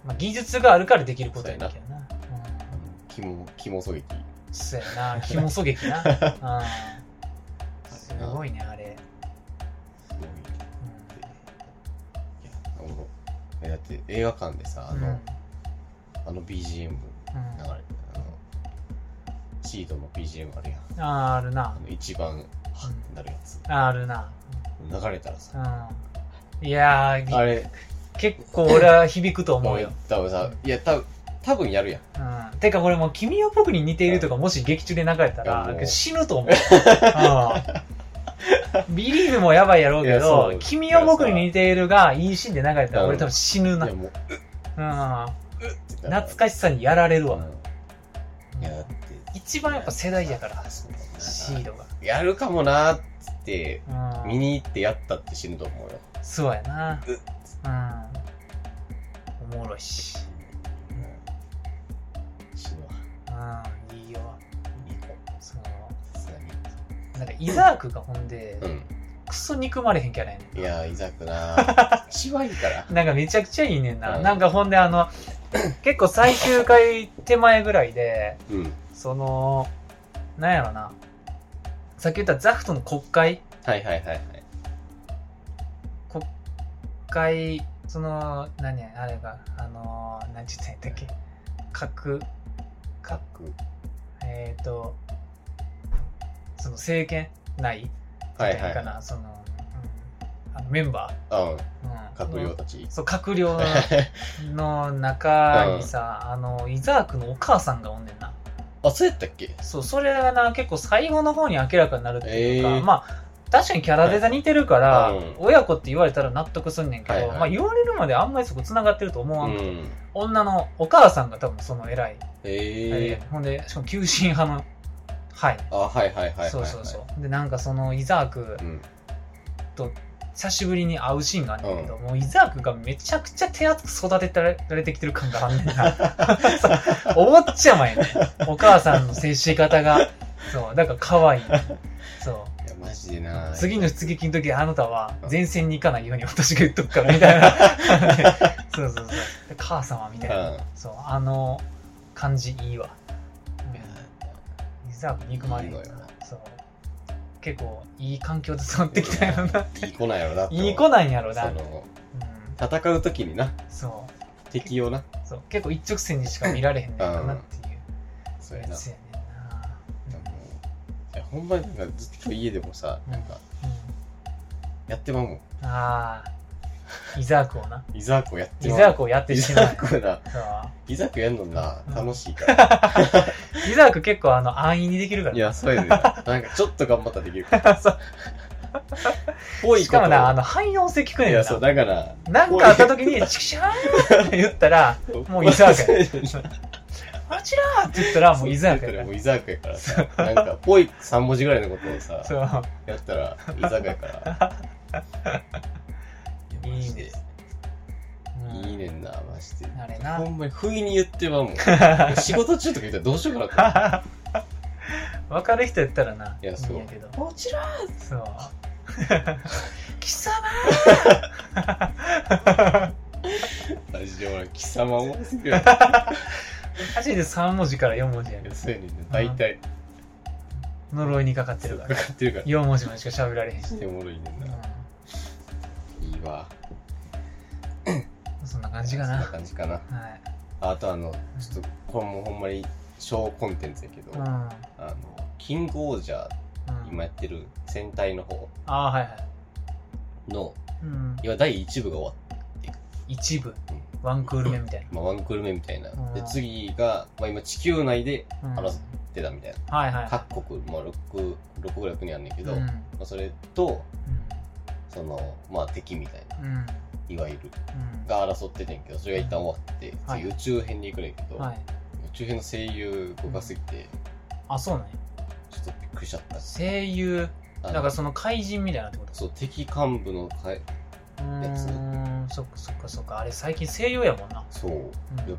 [SPEAKER 1] まあ、技術があるからできることやねんけどな
[SPEAKER 2] あの肝、肝狙撃。
[SPEAKER 1] うんそうやな肝狙撃 な、うん、すごいねあれ、
[SPEAKER 2] すごい
[SPEAKER 1] うん
[SPEAKER 2] いやあのえだって映画館でさあの,、
[SPEAKER 1] うん
[SPEAKER 2] あの BGM 流れて
[SPEAKER 1] うん
[SPEAKER 2] あのシードの BGM あるやん
[SPEAKER 1] あーある
[SPEAKER 2] あ
[SPEAKER 1] な
[SPEAKER 2] の一番ハッてなるやつ
[SPEAKER 1] あーあるな
[SPEAKER 2] 流れたらさ
[SPEAKER 1] うんいやー
[SPEAKER 2] あれ
[SPEAKER 1] 結構俺は響くと思
[SPEAKER 2] も
[SPEAKER 1] うよ
[SPEAKER 2] う、多分さいや多分多分やるやん
[SPEAKER 1] うん、てか俺もう君は僕に似ているとかもし劇中で流れた
[SPEAKER 2] いや
[SPEAKER 1] ら
[SPEAKER 2] もう
[SPEAKER 1] 死ぬ と思う、うん、ビリーブもやばいやろうけ
[SPEAKER 2] いやそ
[SPEAKER 1] ど
[SPEAKER 2] う
[SPEAKER 1] 君は僕に似ているがいいシーンで流れたら俺多分死ぬ
[SPEAKER 2] い
[SPEAKER 1] な、
[SPEAKER 2] やもう
[SPEAKER 1] うん、懐かしさにやられる
[SPEAKER 2] い
[SPEAKER 1] わ、
[SPEAKER 2] いやだって
[SPEAKER 1] 一番やっぱ世代やから
[SPEAKER 2] そうなんか
[SPEAKER 1] シード
[SPEAKER 2] やるかもなーっつって
[SPEAKER 1] が、う
[SPEAKER 2] 見
[SPEAKER 1] ん、
[SPEAKER 2] に行ってやったって死ぬと思うよ
[SPEAKER 1] そうやなうんおもろいし、
[SPEAKER 2] うん死ぬわ
[SPEAKER 1] うん、いいよ
[SPEAKER 2] 見に行こ
[SPEAKER 1] その
[SPEAKER 2] うさすがに
[SPEAKER 1] なんかイザークがほんで、
[SPEAKER 2] うん
[SPEAKER 1] クソ憎まれへんキャラやねん
[SPEAKER 2] いやー、いざくな ー。一番いいから。
[SPEAKER 1] なんかめちゃくちゃいいねんな。
[SPEAKER 2] うん
[SPEAKER 1] なんかほんであの、 結構最終回手前ぐらいで、
[SPEAKER 2] うん。
[SPEAKER 1] その、なんやろな。さっき言ったザフトの国会
[SPEAKER 2] はいはいはいはい。
[SPEAKER 1] 国会、その、何や、あれが、あのー、何て言ったんやったっけ。核、核、
[SPEAKER 2] く。
[SPEAKER 1] えっ、ー、と、その政権内
[SPEAKER 2] はいは
[SPEAKER 1] か
[SPEAKER 2] い。
[SPEAKER 1] な、その、うん、あのメンバ
[SPEAKER 2] うん。
[SPEAKER 1] ー。うん、
[SPEAKER 2] 閣僚たち。
[SPEAKER 1] そう、閣 僚の中にさ、あの、イザークのお母さんがおんねんな。
[SPEAKER 2] あ、そうやったっけ
[SPEAKER 1] そう、それがな、結構最後の方に明らかになるっていうか、
[SPEAKER 2] えー
[SPEAKER 1] まあ、確かにキャラデザ似てるから、
[SPEAKER 2] はいうん
[SPEAKER 1] 親子って言われたら納得すんねんけど、
[SPEAKER 2] はいはい
[SPEAKER 1] まあ言われるまであんまりそこ繋がってると思
[SPEAKER 2] う
[SPEAKER 1] わん、
[SPEAKER 2] ん。
[SPEAKER 1] 女のお母さんが多分その偉い。
[SPEAKER 2] え
[SPEAKER 1] ほんで、しかも急進派の、はい。
[SPEAKER 2] ー。あ、はいはいはいはい。
[SPEAKER 1] そうそうそう。で、なんかそのイザーク、
[SPEAKER 2] うん。
[SPEAKER 1] 久しぶりに会うシーンがあんねんけど、もうイザークがめちゃくちゃ手厚く育てられてきてる感があんねん な。そう思っちゃうまいね。お母さんの接し方が。そう、だから可愛い。そ
[SPEAKER 2] いや、マジで
[SPEAKER 1] う
[SPEAKER 2] な。ー。
[SPEAKER 1] 次の出撃の時、あなたは前線に行かないように私が言っとくから、みたい な。そうそうそう。で母様みた
[SPEAKER 2] う
[SPEAKER 1] い
[SPEAKER 2] ん。
[SPEAKER 1] な。
[SPEAKER 2] いや
[SPEAKER 1] そう、あの感じいいわ。イザーク憎まれへん
[SPEAKER 2] いいのよ
[SPEAKER 1] そう。結構いい環境で育ってきたよな。
[SPEAKER 2] いい子なんやろなって思う。
[SPEAKER 1] いい子なんやろ
[SPEAKER 2] そ
[SPEAKER 1] な。うん
[SPEAKER 2] の、戦う時にな、
[SPEAKER 1] そう。
[SPEAKER 2] 敵をな。
[SPEAKER 1] そう結構一直線にしか見られへんねんかなっていう
[SPEAKER 2] そうや
[SPEAKER 1] や
[SPEAKER 2] な。
[SPEAKER 1] つやねんな、
[SPEAKER 2] いやほんまになんかずっと家でもさ、なんか、
[SPEAKER 1] うん
[SPEAKER 2] やってまうもん。
[SPEAKER 1] ああイザークを な
[SPEAKER 2] イザークをやって
[SPEAKER 1] イ
[SPEAKER 2] まうもん。
[SPEAKER 1] ザークをやって
[SPEAKER 2] イ
[SPEAKER 1] し
[SPEAKER 2] ザ
[SPEAKER 1] ま
[SPEAKER 2] ー
[SPEAKER 1] う
[SPEAKER 2] クな。
[SPEAKER 1] そう
[SPEAKER 2] イザークやんのな
[SPEAKER 1] う、ん
[SPEAKER 2] 楽しい から。
[SPEAKER 1] イザーク結構あの安易にできるか
[SPEAKER 2] い
[SPEAKER 1] ら
[SPEAKER 2] や、そうやねんな。なんかちょっと頑張ったらでき るから。
[SPEAKER 1] そう
[SPEAKER 2] ぽいこと
[SPEAKER 1] しかもなあの汎用性聞くね
[SPEAKER 2] い
[SPEAKER 1] んな
[SPEAKER 2] や、そう、だから、
[SPEAKER 1] なんかあった時に「チクシャーン!」って言ったらもうイザーク
[SPEAKER 2] ク や。
[SPEAKER 1] 「あちら!」って言ったらもうイザーク
[SPEAKER 2] やか
[SPEAKER 1] や
[SPEAKER 2] ら。も
[SPEAKER 1] か
[SPEAKER 2] うイザークやからさ、なんか、ぽい3文字ぐらいのことを
[SPEAKER 1] ら
[SPEAKER 2] さ、
[SPEAKER 1] そう
[SPEAKER 2] やったら、イザークやから。いやマジで
[SPEAKER 1] うん
[SPEAKER 2] いいねんな、マジで。
[SPEAKER 1] あれな
[SPEAKER 2] ほんまに、不意に言ってまうもん。 仕事中とか言ったらどうしようかなっ
[SPEAKER 1] 分かる人やったらない
[SPEAKER 2] やそう
[SPEAKER 1] いんやけど
[SPEAKER 2] て。もちろん
[SPEAKER 1] そう 貴様
[SPEAKER 2] マジで、俺、貴様思わせてよ。
[SPEAKER 1] マジで3文字から4文字や
[SPEAKER 2] い
[SPEAKER 1] け
[SPEAKER 2] や
[SPEAKER 1] ど
[SPEAKER 2] そうやねんな。大体、
[SPEAKER 1] 呪いにかかって
[SPEAKER 2] そ
[SPEAKER 1] る
[SPEAKER 2] う
[SPEAKER 1] か
[SPEAKER 2] からかってるから。
[SPEAKER 1] 4文字までしか喋られへんし、
[SPEAKER 2] しておもろいねんな。
[SPEAKER 1] う
[SPEAKER 2] いいわ。
[SPEAKER 1] ん、そんな感じか
[SPEAKER 2] そんな
[SPEAKER 1] な
[SPEAKER 2] 感じかな。
[SPEAKER 1] はい
[SPEAKER 2] あとあの、ちょっと、これもうほんまに、小コンテンツやけど、
[SPEAKER 1] うん、う
[SPEAKER 2] あ
[SPEAKER 1] ん
[SPEAKER 2] の、キングオージャー、今やってる戦隊の方
[SPEAKER 1] ああはいはい、
[SPEAKER 2] の、
[SPEAKER 1] うん、
[SPEAKER 2] 今第1部が終わっ
[SPEAKER 1] 一部
[SPEAKER 2] た。うん
[SPEAKER 1] ワンクール目みたい
[SPEAKER 2] まあ、ワンクール目みたいな。
[SPEAKER 1] うん
[SPEAKER 2] で、次が、まあ、今、地球内で
[SPEAKER 1] な。うん、
[SPEAKER 2] 争ってたみたい
[SPEAKER 1] はいはい。
[SPEAKER 2] な。各国、まあ、6、6ぐらい国あんねんけど、
[SPEAKER 1] うん
[SPEAKER 2] まあ、それと、その、まあ、敵みたいな、
[SPEAKER 1] うん。うん。
[SPEAKER 2] いわゆる、
[SPEAKER 1] うん
[SPEAKER 2] が争っててんけど、それが一旦終わって、
[SPEAKER 1] はい
[SPEAKER 2] 次、宇宙編に行くねんけど、
[SPEAKER 1] はい。
[SPEAKER 2] 宇宙編の声優豪華すぎて、
[SPEAKER 1] あ、そうなんや
[SPEAKER 2] ちょっとびっくりしちゃった。
[SPEAKER 1] 声優、
[SPEAKER 2] あの
[SPEAKER 1] だからその怪人みたいなってこと
[SPEAKER 2] そう、敵幹部のかい、
[SPEAKER 1] うー
[SPEAKER 2] やつ
[SPEAKER 1] ん、そっかそっかそっか。あれ最近声優やもんな。
[SPEAKER 2] そう、
[SPEAKER 1] うん
[SPEAKER 2] いや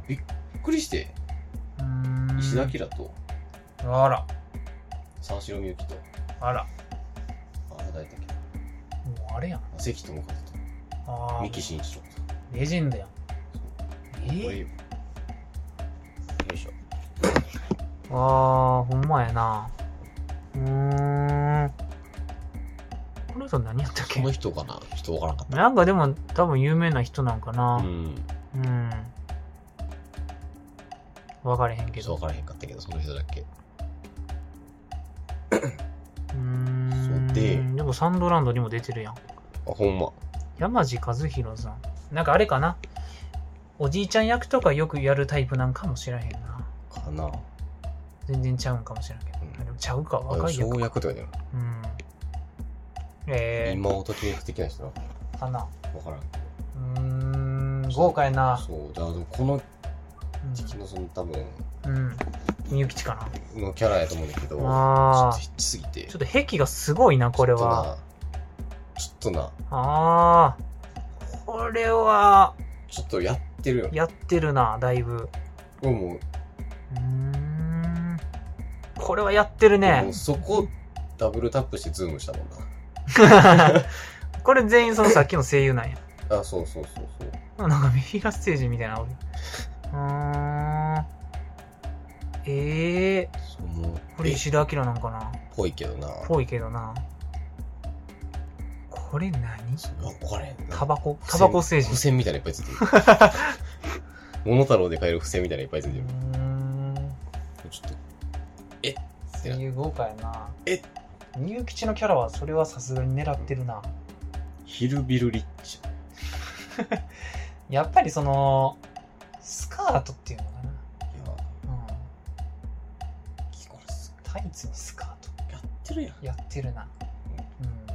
[SPEAKER 2] びっくりして、
[SPEAKER 1] うーん。
[SPEAKER 2] 石田明と
[SPEAKER 1] あら、
[SPEAKER 2] 三四郎みゆきと、
[SPEAKER 1] あら。
[SPEAKER 2] あれ誰だっけな、
[SPEAKER 1] もうあれやん。
[SPEAKER 2] 関智一
[SPEAKER 1] あ
[SPEAKER 2] と、
[SPEAKER 1] あ
[SPEAKER 2] 三、木真一郎と。
[SPEAKER 1] レジェンドやん。え
[SPEAKER 2] これ
[SPEAKER 1] ー、
[SPEAKER 2] よいしょ
[SPEAKER 1] ああ、ほんまやな。うーん。この人何やったっ
[SPEAKER 2] こ
[SPEAKER 1] け
[SPEAKER 2] の人かなちょっとわからんかっ
[SPEAKER 1] なんかでも多分有名な人なんか
[SPEAKER 2] たう
[SPEAKER 1] な。
[SPEAKER 2] ん
[SPEAKER 1] うん。わかれへんけ
[SPEAKER 2] ちょっと
[SPEAKER 1] ど。
[SPEAKER 2] わからへんかったけどその人だっけ
[SPEAKER 1] うーん。
[SPEAKER 2] そうで
[SPEAKER 1] でもサンドランドにも出てるやん。
[SPEAKER 2] あほんま
[SPEAKER 1] 山地和弘さん。なんかあれかな。おじいちゃん役とかよくやるタイプなんかもしらへんな。
[SPEAKER 2] かな
[SPEAKER 1] 全然ちゃうんかもしらんけど。
[SPEAKER 2] うん
[SPEAKER 1] でもちゃうか、若い役
[SPEAKER 2] 小役とかじゃ
[SPEAKER 1] うん。えー、
[SPEAKER 2] 今をときめく的な人なの
[SPEAKER 1] かな。
[SPEAKER 2] わからん
[SPEAKER 1] うーん、豪華やな。
[SPEAKER 2] そうだからこの敵のその多分
[SPEAKER 1] うん。うんみゆきちかな。
[SPEAKER 2] のキャラやと思うんだけどちょ
[SPEAKER 1] あ
[SPEAKER 2] っと
[SPEAKER 1] ー
[SPEAKER 2] ヒッチすぎて
[SPEAKER 1] ちょっと癖がすごいな、これは。
[SPEAKER 2] ちょっとな
[SPEAKER 1] あー。これは、
[SPEAKER 2] ちょっとなちょっとやってるよ
[SPEAKER 1] やってるな、だいぶ。
[SPEAKER 2] もうも
[SPEAKER 1] うーん。これはやってる
[SPEAKER 2] う
[SPEAKER 1] ね
[SPEAKER 2] もう。そこダブルタップしてズームしたもん
[SPEAKER 1] これ全員そのさっきの声優なんや。
[SPEAKER 2] なあそうそうそうそう
[SPEAKER 1] なんかメフィラス星人みたいなのおる。うーん。ええ
[SPEAKER 2] そうもう
[SPEAKER 1] ー、これ
[SPEAKER 2] え
[SPEAKER 1] 石田明なんかな
[SPEAKER 2] ぽいけどな
[SPEAKER 1] ぽいけどな。これ何
[SPEAKER 2] わからへんな
[SPEAKER 1] タバコタバコ星人。
[SPEAKER 2] 付箋みたいなのいっぱいついてる。モノタロウで買える付箋みたいなのいっぱいついてる。
[SPEAKER 1] うーん。
[SPEAKER 2] ちょっと、
[SPEAKER 1] 声優豪華やな。
[SPEAKER 2] え
[SPEAKER 1] みゆきちのキャラはそれはさすがに狙ってるな。
[SPEAKER 2] ヒルビルリッチ。
[SPEAKER 1] やっぱりその、スカートっていうのかな。
[SPEAKER 2] いや、
[SPEAKER 1] うん。
[SPEAKER 2] これす
[SPEAKER 1] タイツにスカート。
[SPEAKER 2] やってるやん。
[SPEAKER 1] やってるな。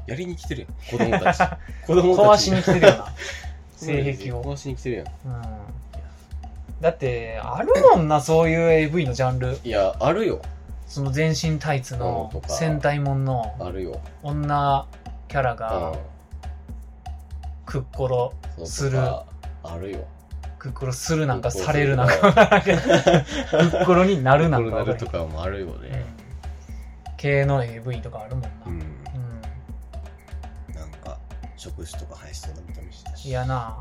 [SPEAKER 1] うん。
[SPEAKER 2] やりに来てるやん。子供 たち。子供
[SPEAKER 1] 壊
[SPEAKER 2] た
[SPEAKER 1] し
[SPEAKER 2] ち。
[SPEAKER 1] に来てるよ な。性癖を。
[SPEAKER 2] 壊しに来てるやん。
[SPEAKER 1] うん。だって、あるもんな、そういう AV のジャンル。
[SPEAKER 2] いや、あるよ。
[SPEAKER 1] その全身タイツの
[SPEAKER 2] うんとか
[SPEAKER 1] 戦隊もんの
[SPEAKER 2] あるよ。
[SPEAKER 1] 女キャラが
[SPEAKER 2] う
[SPEAKER 1] クッコロ、
[SPEAKER 2] ん。
[SPEAKER 1] する
[SPEAKER 2] とかあるよ。
[SPEAKER 1] クッコロするなんかされるなんか、クッコロになるな
[SPEAKER 2] コ
[SPEAKER 1] ん
[SPEAKER 2] ロ
[SPEAKER 1] か
[SPEAKER 2] ナ
[SPEAKER 1] わから
[SPEAKER 2] ル
[SPEAKER 1] へん
[SPEAKER 2] とかもあるよね。
[SPEAKER 1] うん系の AV とかあるもんな。
[SPEAKER 2] う
[SPEAKER 1] うん。
[SPEAKER 2] ん。なんか、食事とか配信の見た目してたし。
[SPEAKER 1] いやな、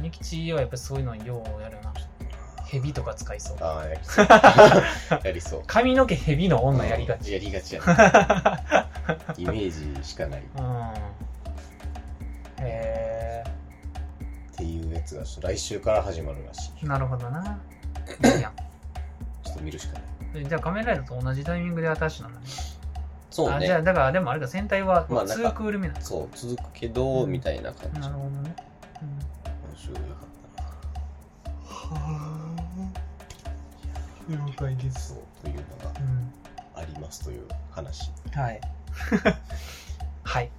[SPEAKER 1] ニキチはやっぱそういうのようやるな。蛇とか使いそう。
[SPEAKER 2] ああ、やりそう。 やりそう。
[SPEAKER 1] 髪の毛蛇の女やりがち。
[SPEAKER 2] やりがちやイメージしかないっ
[SPEAKER 1] うん。へ
[SPEAKER 2] ていうやつが来週から始まるらしい
[SPEAKER 1] え、なるほどな。いいや
[SPEAKER 2] ちょっと見るしかない
[SPEAKER 1] ん。じゃあ仮面ライダーと同じタイミングで私なのね。
[SPEAKER 2] そう
[SPEAKER 1] あじゃ
[SPEAKER 2] ね
[SPEAKER 1] あだからでもあれか戦隊は
[SPEAKER 2] まあなんか
[SPEAKER 1] 2クール目なんです、
[SPEAKER 2] そう続くけどみたいな感じ
[SPEAKER 1] なるほどね、うん
[SPEAKER 2] 面白かったな
[SPEAKER 1] はあ了解で
[SPEAKER 2] そうというのが
[SPEAKER 1] う
[SPEAKER 2] ありますという話
[SPEAKER 1] ん はいはい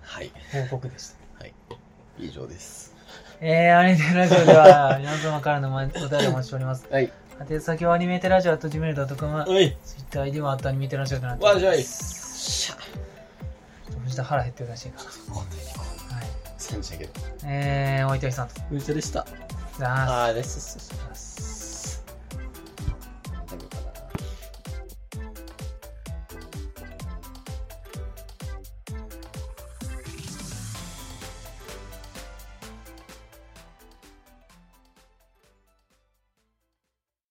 [SPEAKER 2] はい
[SPEAKER 1] 報告でした
[SPEAKER 2] 以上です
[SPEAKER 1] えー、アニメテラジオでは 皆様からのお便りをお待ちしております
[SPEAKER 2] はい
[SPEAKER 1] 宛先はアニメテラジオ at gmail.com
[SPEAKER 2] はい
[SPEAKER 1] ツイッターではあとアニメテラジオとなってお
[SPEAKER 2] わ
[SPEAKER 1] り
[SPEAKER 2] じゃあ
[SPEAKER 1] ま
[SPEAKER 2] い
[SPEAKER 1] す
[SPEAKER 2] し ゃ
[SPEAKER 1] 藤田腹減ってるらしいか
[SPEAKER 2] こんなにこう
[SPEAKER 1] らはい
[SPEAKER 2] 感じだけど
[SPEAKER 1] えー、おいとりさんと
[SPEAKER 2] うちでした
[SPEAKER 1] あ
[SPEAKER 2] ああです
[SPEAKER 1] ー